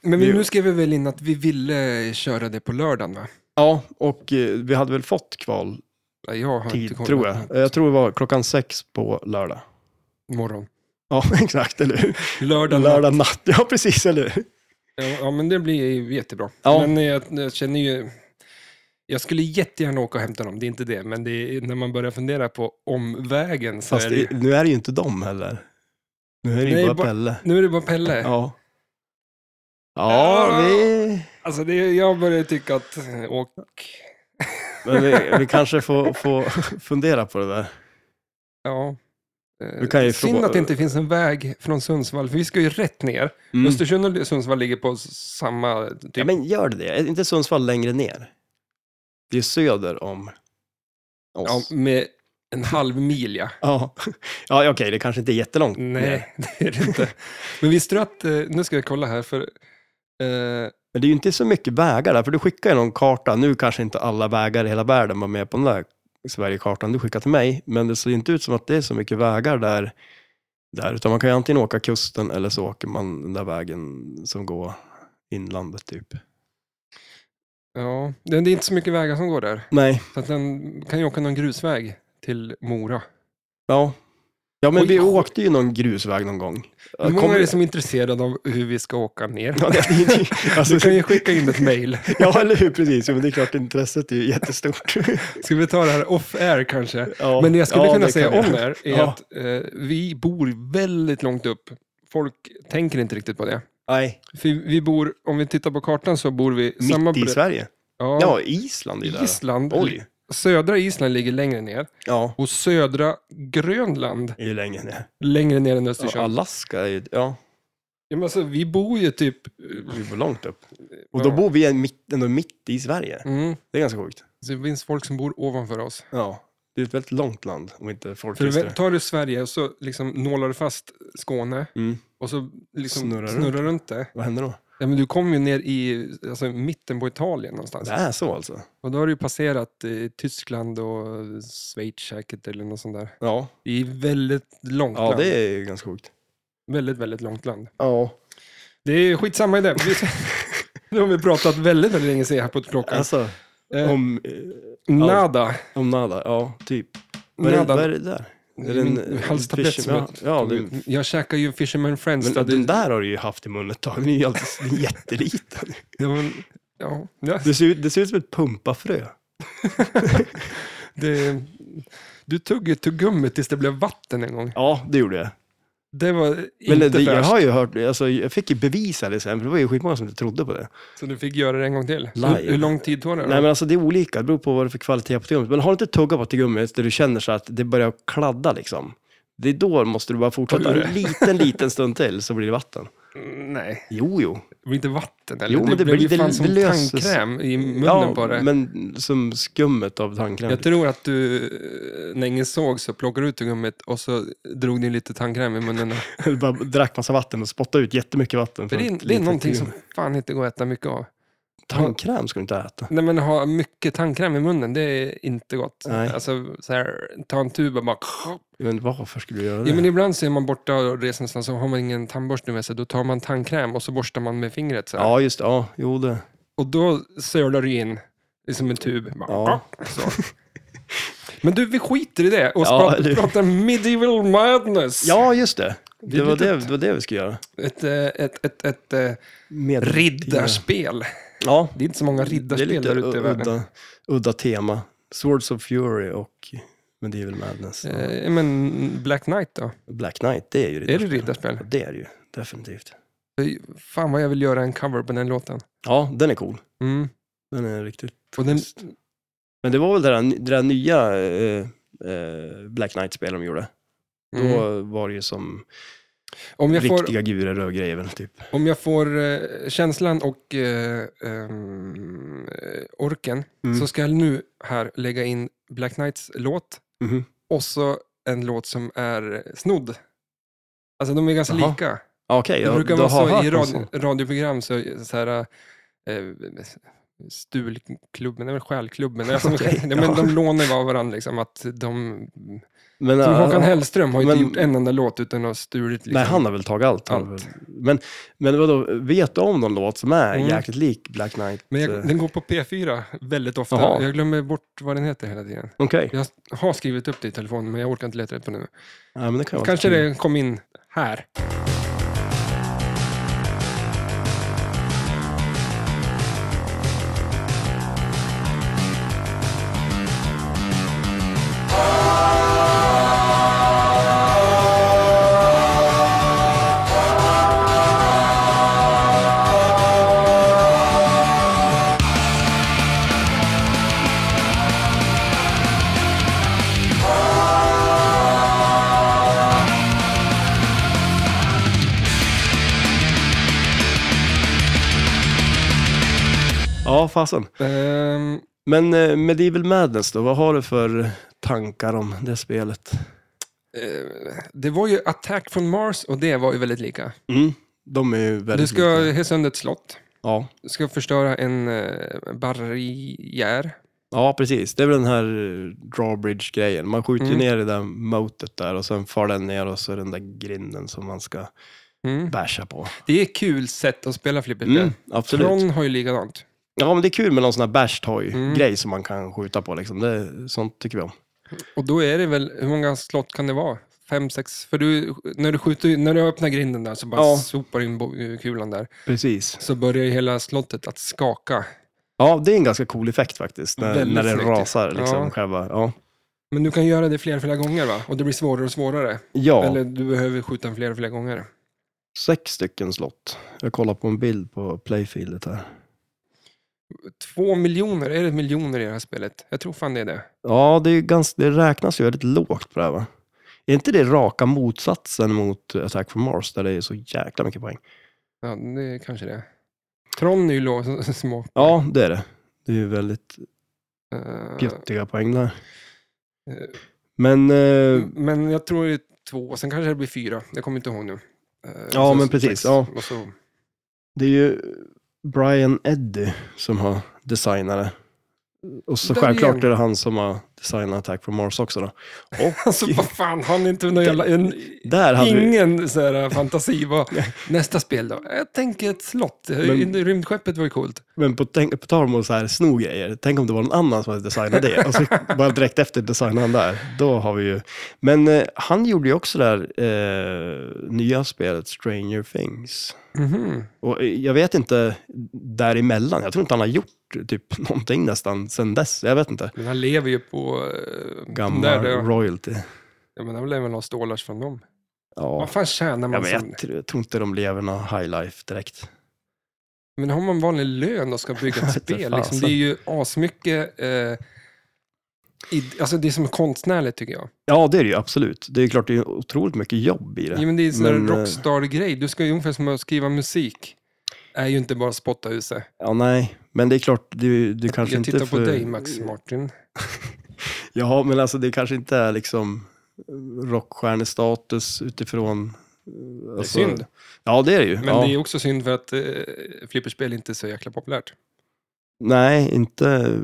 [SPEAKER 1] Men vi,
[SPEAKER 2] Vi-
[SPEAKER 1] nu skrev vi väl in att vi ville köra det på lördagen, va?
[SPEAKER 2] Ja, och eh, vi hade väl fått kvaltid,
[SPEAKER 1] Ja, Jag har inte kollat.
[SPEAKER 2] tror jag. Eh, Jag tror det var klockan sex på lördag.
[SPEAKER 1] Morgon.
[SPEAKER 2] Ja, exakt, eller hur?
[SPEAKER 1] Lördag.
[SPEAKER 2] Lördag natt, ja precis, eller hur?
[SPEAKER 1] Ja, ja, men det blir ju jättebra.
[SPEAKER 2] Ja.
[SPEAKER 1] Men jag, jag känner ju... Jag skulle jättegärna åka och hämta dem, det är inte det. Men det är, när man börjar fundera på omvägen så
[SPEAKER 2] Fast
[SPEAKER 1] är det,
[SPEAKER 2] det, nu är det ju inte dem heller. Nu är det ju
[SPEAKER 1] Nej,
[SPEAKER 2] bara
[SPEAKER 1] bara- Eh.
[SPEAKER 2] Pelle.
[SPEAKER 1] Nu är det bara Pelle.
[SPEAKER 2] Ja. Ja,
[SPEAKER 1] Ah.
[SPEAKER 2] vi,
[SPEAKER 1] Alltså det, jag börjar tycka att... Och,
[SPEAKER 2] men vi, vi kanske får, får fundera på det där.
[SPEAKER 1] ja. Eh,
[SPEAKER 2] Vi kan ju
[SPEAKER 1] Synd
[SPEAKER 2] fråga-
[SPEAKER 1] att det inte finns en väg från Sundsvall, för vi ska ju rätt ner.
[SPEAKER 2] Mm.
[SPEAKER 1] Östersund och Sundsvall ligger på samma... Typ.
[SPEAKER 2] Ja, men gör det det? Är inte Sundsvall längre ner? Det är söder om
[SPEAKER 1] ja,
[SPEAKER 2] oss.
[SPEAKER 1] med en halv mil, ja.
[SPEAKER 2] Ja, ja okej, det kanske inte är jättelångt ner.
[SPEAKER 1] Nej, det är det inte. Men visste du att... eh, Nu ska jag kolla här, för... Eh,
[SPEAKER 2] Men det är ju inte så mycket vägar där, för du skickar ju någon karta. Nu kanske inte alla vägar i hela världen var med på den där Sverigekartan du skickar till mig, men det ser ju inte ut som att det är så mycket vägar där. där utan man kan ju antingen åka kusten eller så åker man den där vägen som går inlandet typ.
[SPEAKER 1] Ja, det det är inte så mycket vägar som går där.
[SPEAKER 2] Nej,
[SPEAKER 1] Så att den kan ju åka någon grusväg till Mora.
[SPEAKER 2] ja. Ja, men
[SPEAKER 1] Oj.
[SPEAKER 2] vi åkte ju någon grusväg någon gång.
[SPEAKER 1] Hur många
[SPEAKER 2] Kommer-
[SPEAKER 1] är det som är intresserade av hur vi ska åka ner?
[SPEAKER 2] Ja, det är- alltså,
[SPEAKER 1] Du kan ju skicka in ett mejl.
[SPEAKER 2] Ja, eller hur, precis. Jo, men det är klart, intresset är ju jättestort.
[SPEAKER 1] Ska vi ta det här off-air kanske?
[SPEAKER 2] Ja.
[SPEAKER 1] Men det jag skulle
[SPEAKER 2] Ja,
[SPEAKER 1] kunna
[SPEAKER 2] det
[SPEAKER 1] säga
[SPEAKER 2] kan vi.
[SPEAKER 1] om är, är
[SPEAKER 2] Ja.
[SPEAKER 1] att eh, vi bor väldigt långt upp. Folk tänker inte riktigt på det.
[SPEAKER 2] Nej,
[SPEAKER 1] För vi bor, om vi tittar på kartan så bor vi
[SPEAKER 2] mitt
[SPEAKER 1] samma
[SPEAKER 2] i
[SPEAKER 1] bre-
[SPEAKER 2] Sverige.
[SPEAKER 1] Ja,
[SPEAKER 2] Ja, Island är ju där.
[SPEAKER 1] Island.
[SPEAKER 2] Oj.
[SPEAKER 1] Södra Island ligger längre ner
[SPEAKER 2] Ja,
[SPEAKER 1] och södra Grönland
[SPEAKER 2] det är ju längre ner.
[SPEAKER 1] längre ner än
[SPEAKER 2] Ja,
[SPEAKER 1] Östersund.
[SPEAKER 2] Alaska är ju... Ja,
[SPEAKER 1] Ja, men alltså, vi bor ju typ...
[SPEAKER 2] vi bor långt upp. Och då
[SPEAKER 1] Ja.
[SPEAKER 2] bor vi en mitt, ändå mitt i Sverige.
[SPEAKER 1] Mm,
[SPEAKER 2] Det är ganska sjukt.
[SPEAKER 1] så det finns folk som bor ovanför oss.
[SPEAKER 2] Ja, det är ett väldigt långt land om inte folk
[SPEAKER 1] För
[SPEAKER 2] visste
[SPEAKER 1] vä-
[SPEAKER 2] det.
[SPEAKER 1] tar du Sverige och så liksom nålar du fast Skåne
[SPEAKER 2] Mm.
[SPEAKER 1] och så liksom
[SPEAKER 2] Snurrar
[SPEAKER 1] snurrar,
[SPEAKER 2] runt.
[SPEAKER 1] runt det.
[SPEAKER 2] Vad händer då?
[SPEAKER 1] Ja, men du kommer ju ner i alltså, mitten på Italien någonstans.
[SPEAKER 2] Det är så alltså?
[SPEAKER 1] Och då har du ju passerat eh, Tyskland och Schweiz säkert eller något sånt där.
[SPEAKER 2] Ja,
[SPEAKER 1] Det är väldigt långt
[SPEAKER 2] ja
[SPEAKER 1] land.
[SPEAKER 2] det är ju ganska sjukt.
[SPEAKER 1] Väldigt, väldigt långt land.
[SPEAKER 2] Ja.
[SPEAKER 1] Det är skitsamma i det. Vi... nu har vi pratat väldigt, väldigt länge sedan här på klockan.
[SPEAKER 2] Alltså,
[SPEAKER 1] Eh,
[SPEAKER 2] om, eh,
[SPEAKER 1] nada.
[SPEAKER 2] om nada. Ja, typ. Vad är, det- vad är
[SPEAKER 1] Nada.
[SPEAKER 2] det där? Är det en- eh,
[SPEAKER 1] Min halstablett
[SPEAKER 2] Fisher-
[SPEAKER 1] som jag...
[SPEAKER 2] Ja, ja, det är en
[SPEAKER 1] Jag käkar ju Fisherman Friends.
[SPEAKER 2] Men
[SPEAKER 1] då.
[SPEAKER 2] den
[SPEAKER 1] Det-
[SPEAKER 2] där har du ju haft i munnen ett tag. Den är ju alldeles den är jätteliten.
[SPEAKER 1] Ja, men- ja, ja.
[SPEAKER 2] Det ser, ut, det ser ut som ett pumpafrö.
[SPEAKER 1] Det, du tugg i tuggummit tills det blev vatten en gång.
[SPEAKER 2] Ja, det gjorde jag.
[SPEAKER 1] Det var
[SPEAKER 2] Men
[SPEAKER 1] inte
[SPEAKER 2] det, jag
[SPEAKER 1] fräscht.
[SPEAKER 2] har ju hört, alltså, jag fick ju bevisa det sen, för det var ju skitmånga som inte trodde på det.
[SPEAKER 1] Så du fick göra det en gång till.
[SPEAKER 2] Live.
[SPEAKER 1] Hur, hur lång tid tog det? då?
[SPEAKER 2] Nej men alltså det är olika, det beror på vad det är för kvalitet på tuggummit. Men har du inte tuggat på tuggummit där du känner så att det börjar kladda liksom. Det är då måste du bara fortsätta
[SPEAKER 1] Oj,
[SPEAKER 2] en liten, liten stund till så blir det vatten.
[SPEAKER 1] Mm, Nej,
[SPEAKER 2] Jo, jo.
[SPEAKER 1] det blir inte vatten eller?
[SPEAKER 2] Jo, men det
[SPEAKER 1] blev
[SPEAKER 2] blir-
[SPEAKER 1] ju fan
[SPEAKER 2] det-
[SPEAKER 1] som
[SPEAKER 2] det löses.
[SPEAKER 1] tandkräm i munnen
[SPEAKER 2] ja,
[SPEAKER 1] på det.
[SPEAKER 2] men som skummet av tandkräm.
[SPEAKER 1] Jag tror att du, eh, när ingen såg, så plockade du ut tuggummit och så drog ni lite tandkräm i munnen.
[SPEAKER 2] Eller bara drack massa vatten och spottade ut jättemycket vatten.
[SPEAKER 1] För det, är,
[SPEAKER 2] ett
[SPEAKER 1] det är
[SPEAKER 2] litet
[SPEAKER 1] någonting som
[SPEAKER 2] tuggummi.
[SPEAKER 1] fan inte går att äta mycket av.
[SPEAKER 2] Tandkräm ska du inte äta.
[SPEAKER 1] Nej, men ha mycket tandkräm i munnen, det är inte gott.
[SPEAKER 2] Nej.
[SPEAKER 1] Alltså, så här, ta en tub och bara...
[SPEAKER 2] Men varför skulle du göra det?
[SPEAKER 1] Ja, men ibland så är man borta och reser någonstans så har man ingen tandborste med sig. Då tar man tandkräm och så borstar man med fingret. Så här.
[SPEAKER 2] Ja, just det. Ja, jo det.
[SPEAKER 1] Och då sölar du in som en tub. Bara,
[SPEAKER 2] Ja.
[SPEAKER 1] så. Men du, vi skiter i det och
[SPEAKER 2] Ja,
[SPEAKER 1] pratar,
[SPEAKER 2] eller hur?
[SPEAKER 1] pratar medieval madness.
[SPEAKER 2] Ja, just det. Det
[SPEAKER 1] är
[SPEAKER 2] var
[SPEAKER 1] lite-
[SPEAKER 2] det, det var det vi skulle göra.
[SPEAKER 1] Ett, eh, ett, ett, ett eh,
[SPEAKER 2] Med
[SPEAKER 1] riddarspel.
[SPEAKER 2] Ja,
[SPEAKER 1] Det är inte så många
[SPEAKER 2] det är
[SPEAKER 1] riddarspel
[SPEAKER 2] lite
[SPEAKER 1] där ute i världen.
[SPEAKER 2] udda, udda tema. Swords of Fury och Medieval Madness.
[SPEAKER 1] Eh, men Black Knight då?
[SPEAKER 2] Black Knight, det är ju
[SPEAKER 1] Är det
[SPEAKER 2] riddarspel.
[SPEAKER 1] riddarspel?
[SPEAKER 2] Ja, det är det ju, definitivt.
[SPEAKER 1] Fan vad jag vill göra en cover på den låten.
[SPEAKER 2] Ja, den är cool.
[SPEAKER 1] Mm.
[SPEAKER 2] Den är riktigt
[SPEAKER 1] Och den,
[SPEAKER 2] schysst. Men det var väl det där, det där nya eh, eh, Black Knight-spel de gjorde.
[SPEAKER 1] mm.
[SPEAKER 2] Då var det ju som
[SPEAKER 1] Om jag får
[SPEAKER 2] riktiga gurer och grejer väl, typ.
[SPEAKER 1] Om jag får eh, känslan och eh, ehm, eh, orken
[SPEAKER 2] Mm.
[SPEAKER 1] så ska jag nu här lägga in Black Knights låt
[SPEAKER 2] Mhm.
[SPEAKER 1] och så en låt som är snodd. Alltså de är ganska
[SPEAKER 2] Jaha.
[SPEAKER 1] lika.
[SPEAKER 2] Okej,
[SPEAKER 1] det
[SPEAKER 2] jag,
[SPEAKER 1] brukar
[SPEAKER 2] då
[SPEAKER 1] vara
[SPEAKER 2] har jag
[SPEAKER 1] så i
[SPEAKER 2] hört någon
[SPEAKER 1] radi-
[SPEAKER 2] sån.
[SPEAKER 1] radioprogram, så, så här, eh, stulklubben, eller stjälklubben. Alltså,
[SPEAKER 2] Okej,
[SPEAKER 1] nej, men
[SPEAKER 2] ja.
[SPEAKER 1] De lånar ju av varandra. Liksom, att de,
[SPEAKER 2] Men,
[SPEAKER 1] som
[SPEAKER 2] ja,
[SPEAKER 1] Håkan
[SPEAKER 2] ja.
[SPEAKER 1] Hellström har ju
[SPEAKER 2] men-
[SPEAKER 1] inte gjort en enda låt utan att ha stulit. Liksom.
[SPEAKER 2] Nej, han har väl tagit allt. Han har
[SPEAKER 1] Allt.
[SPEAKER 2] väl- Men, men vadå, vet du om någon låt som är
[SPEAKER 1] Mm.
[SPEAKER 2] jäkligt lik Black Knight?
[SPEAKER 1] Men jag,
[SPEAKER 2] Eh,
[SPEAKER 1] den går på P4 väldigt ofta.
[SPEAKER 2] Jaha.
[SPEAKER 1] Jag glömmer bort vad den heter hela tiden.
[SPEAKER 2] Okej,
[SPEAKER 1] Jag har skrivit upp det i telefonen, men jag orkar inte leta rätt på det nu.
[SPEAKER 2] ja, men det kan vara
[SPEAKER 1] Kanske
[SPEAKER 2] kul.
[SPEAKER 1] det kom in här.
[SPEAKER 2] Ja, fasen.
[SPEAKER 1] Ehm,
[SPEAKER 2] Men eh, Medieval Madness då, vad har du för tankar om det spelet?
[SPEAKER 1] eh, det var ju Attack from Mars och det var ju väldigt lika.
[SPEAKER 2] Mm. De är ju väldigt
[SPEAKER 1] Du ska
[SPEAKER 2] lika.
[SPEAKER 1] hissa sönder ett slott.
[SPEAKER 2] Ja,
[SPEAKER 1] Du ska förstöra en eh, barriär.
[SPEAKER 2] Ja, precis. Det är väl den här eh, drawbridge-grejen. Man skjuter ju
[SPEAKER 1] Mm.
[SPEAKER 2] ner i det där motet där och sen far den ner och så är den där grinden som man ska
[SPEAKER 1] Mm.
[SPEAKER 2] basha på.
[SPEAKER 1] Det är ett kul sätt att spela flipperspel.
[SPEAKER 2] Mm, absolut.
[SPEAKER 1] Tron har ju likadant.
[SPEAKER 2] Ja, men det är kul med någon sån här bash
[SPEAKER 1] Mm.
[SPEAKER 2] toy-grej som man kan skjuta på. Liksom. Det, sånt tycker vi om.
[SPEAKER 1] Och då är det väl, hur många slott kan det vara? Fem, sex? För du, när, du skjuter, när du öppnar grinden där så bara
[SPEAKER 2] Ja.
[SPEAKER 1] sopar in bo- eh, kulan där.
[SPEAKER 2] Precis.
[SPEAKER 1] Så börjar ju hela slottet att skaka.
[SPEAKER 2] Ja, det är en ganska cool effekt faktiskt. När,
[SPEAKER 1] Väldigt
[SPEAKER 2] när den
[SPEAKER 1] snyggt.
[SPEAKER 2] rasar liksom,
[SPEAKER 1] Ja.
[SPEAKER 2] själva. Ja.
[SPEAKER 1] Men du kan göra det fler och fler gånger va? Och det blir svårare och svårare.
[SPEAKER 2] ja.
[SPEAKER 1] Eller du behöver skjuta fler och fler gånger.
[SPEAKER 2] Sex stycken slott. Jag kollar på en bild på playfieldet här.
[SPEAKER 1] Två miljoner, är det miljoner i det här spelet? Jag tror fan det är det.
[SPEAKER 2] Ja, det, är ju ganska, det räknas ju väldigt lågt på det här va? Är inte det raka motsatsen mot Attack from Mars där det är så jäkla mycket poäng?
[SPEAKER 1] Ja, det är kanske det. Tron är ju lå- små.
[SPEAKER 2] Ja, det är det. Det är ju väldigt
[SPEAKER 1] eh, Mm.
[SPEAKER 2] göttiga poäng där.
[SPEAKER 1] eh,
[SPEAKER 2] Men, eh,
[SPEAKER 1] Men jag tror det är två, och sen kanske det blir fyra. Jag kommer inte ihåg nu. Eh,
[SPEAKER 2] Ja,
[SPEAKER 1] så
[SPEAKER 2] men
[SPEAKER 1] sex,
[SPEAKER 2] precis, ja.
[SPEAKER 1] Och så,
[SPEAKER 2] det är ju Brian Eddy som har designat det. Och så
[SPEAKER 1] Där
[SPEAKER 2] självklart
[SPEAKER 1] igen.
[SPEAKER 2] är det han som har designat Attack from Mars också då.
[SPEAKER 1] alltså vad fan, har ni inte någon jävla... En,
[SPEAKER 2] Där hade vi...
[SPEAKER 1] ingen så här eh, fantasi. Vad, nästa spel då? Jag tänker ett slott. Eh,
[SPEAKER 2] Men-
[SPEAKER 1] Rymdskeppet var ju coolt.
[SPEAKER 2] Men på, tänk, på tal om att så här sno grejer, tänk om det var någon annan som hade designat det. Och så bara direkt efter designade han där. Då har vi ju... Men eh, han gjorde ju också det här eh, nya spelet Stranger Things.
[SPEAKER 1] Mhm.
[SPEAKER 2] Och eh, jag vet inte däremellan, jag tror inte han har gjort typ någonting nästan sen dess. Jag vet inte.
[SPEAKER 1] Men han lever ju på... eh,
[SPEAKER 2] Gammal
[SPEAKER 1] Där, där.
[SPEAKER 2] royalty.
[SPEAKER 1] Ja, men han lär väl ha stålars från dem.
[SPEAKER 2] Ja,
[SPEAKER 1] Vad fan tjänar
[SPEAKER 2] jag,
[SPEAKER 1] man?
[SPEAKER 2] vet,
[SPEAKER 1] som,
[SPEAKER 2] jag, tror, jag tror inte de lever någon high life direkt.
[SPEAKER 1] men har man vanlig lön och ska bygga ett
[SPEAKER 2] vet inte
[SPEAKER 1] spel?
[SPEAKER 2] fan,
[SPEAKER 1] Liksom,
[SPEAKER 2] så.
[SPEAKER 1] det är ju asmycket... Eh, id- alltså det är som konstnärligt tycker jag.
[SPEAKER 2] Ja, det är det ju absolut. Det är klart det är otroligt mycket jobb i det.
[SPEAKER 1] Ja, men det är en sån där
[SPEAKER 2] Men, eh,
[SPEAKER 1] rockstar-grej. Du ska ju ungefär som att skriva musik. är ju inte bara spotta ur sig.
[SPEAKER 2] Ja, nej. Men det är klart, du, du kanske
[SPEAKER 1] Jag
[SPEAKER 2] inte...
[SPEAKER 1] tittar på
[SPEAKER 2] för-
[SPEAKER 1] dig Max Martin.
[SPEAKER 2] Ja, men alltså det kanske inte är liksom eh, rockstjärnestatus utifrån... eh, alltså-
[SPEAKER 1] synd.
[SPEAKER 2] Ja, det är det ju.
[SPEAKER 1] Men
[SPEAKER 2] ja.
[SPEAKER 1] det är också synd för att eh, flipperspel inte är så jäkla populärt.
[SPEAKER 2] Nej, inte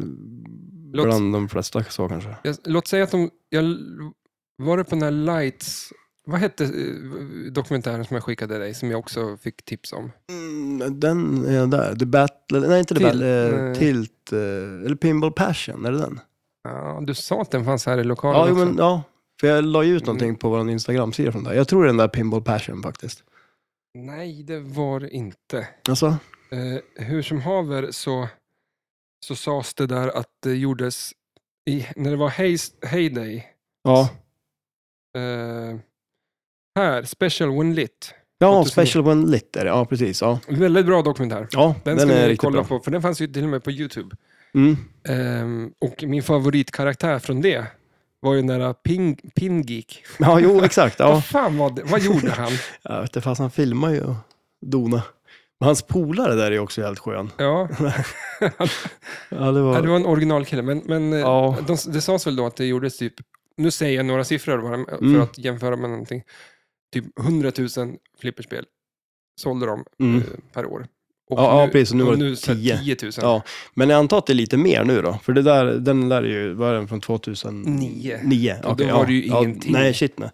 [SPEAKER 1] Låt-
[SPEAKER 2] bland de flesta så kanske.
[SPEAKER 1] Jag, låt säga att de... Jag, var det på den här Lights... Vad hette eh, dokumentären som jag skickade dig, som jag också fick tips om?
[SPEAKER 2] Mm, den är där. The Battle... Nej, inte The
[SPEAKER 1] Tilt,
[SPEAKER 2] Battle. Eh,
[SPEAKER 1] nej.
[SPEAKER 2] tilt... Eh, eller Pinball Passion, är det den?
[SPEAKER 1] Ja, du sa att den fanns här i lokalen
[SPEAKER 2] Ja, jo,
[SPEAKER 1] också.
[SPEAKER 2] men ja. För jag la ju ut någonting på vår Instagram-sida från där. Jag tror det är den där Pinball Passion faktiskt.
[SPEAKER 1] Nej, det var det inte.
[SPEAKER 2] Alltså?
[SPEAKER 1] Eh, hur som haver så, så sades det där att det gjordes, i, när det var hejs- Heyday,
[SPEAKER 2] Ja.
[SPEAKER 1] eh, här, Special When Lit.
[SPEAKER 2] Ja,
[SPEAKER 1] 2009.
[SPEAKER 2] Special One Lit är det. Ja, precis. Ja,
[SPEAKER 1] Väldigt bra dokumentär.
[SPEAKER 2] ja
[SPEAKER 1] Den,
[SPEAKER 2] den,
[SPEAKER 1] ska
[SPEAKER 2] är
[SPEAKER 1] ni
[SPEAKER 2] riktigt
[SPEAKER 1] kolla
[SPEAKER 2] bra.
[SPEAKER 1] på, för den fanns ju till och med på YouTube.
[SPEAKER 2] Mm.
[SPEAKER 1] Ehm, och min favoritkaraktär från det var ju den där Ping, Pingeek.
[SPEAKER 2] Ja, jo, exakt. Ja.
[SPEAKER 1] Vad fan var det? Vad gjorde han?
[SPEAKER 2] Jag vet inte, fast han filmar ju och dona. Men hans polare där är också helt skön.
[SPEAKER 1] Ja,
[SPEAKER 2] Ja, det
[SPEAKER 1] Ja,
[SPEAKER 2] var...
[SPEAKER 1] det var en originalkille, men, men eh,
[SPEAKER 2] Ja.
[SPEAKER 1] de, det sades väl då att det gjordes typ, nu säger jag några siffror bara för
[SPEAKER 2] Mm.
[SPEAKER 1] att jämföra med någonting, typ 100 000 flipperspel sålde de
[SPEAKER 2] Mm.
[SPEAKER 1] eh, per år. Och
[SPEAKER 2] Ja, ja, precis, och nu
[SPEAKER 1] och
[SPEAKER 2] var det
[SPEAKER 1] så här 10
[SPEAKER 2] 10.
[SPEAKER 1] 000.
[SPEAKER 2] Ja. Men jag antar att det är lite mer nu då? För det där, den där är ju, vad är den från 2009?
[SPEAKER 1] Nio.
[SPEAKER 2] Nio.
[SPEAKER 1] Och då
[SPEAKER 2] okej,
[SPEAKER 1] var det ju
[SPEAKER 2] ja,
[SPEAKER 1] ingenting.
[SPEAKER 2] Ja, nej, shit nej.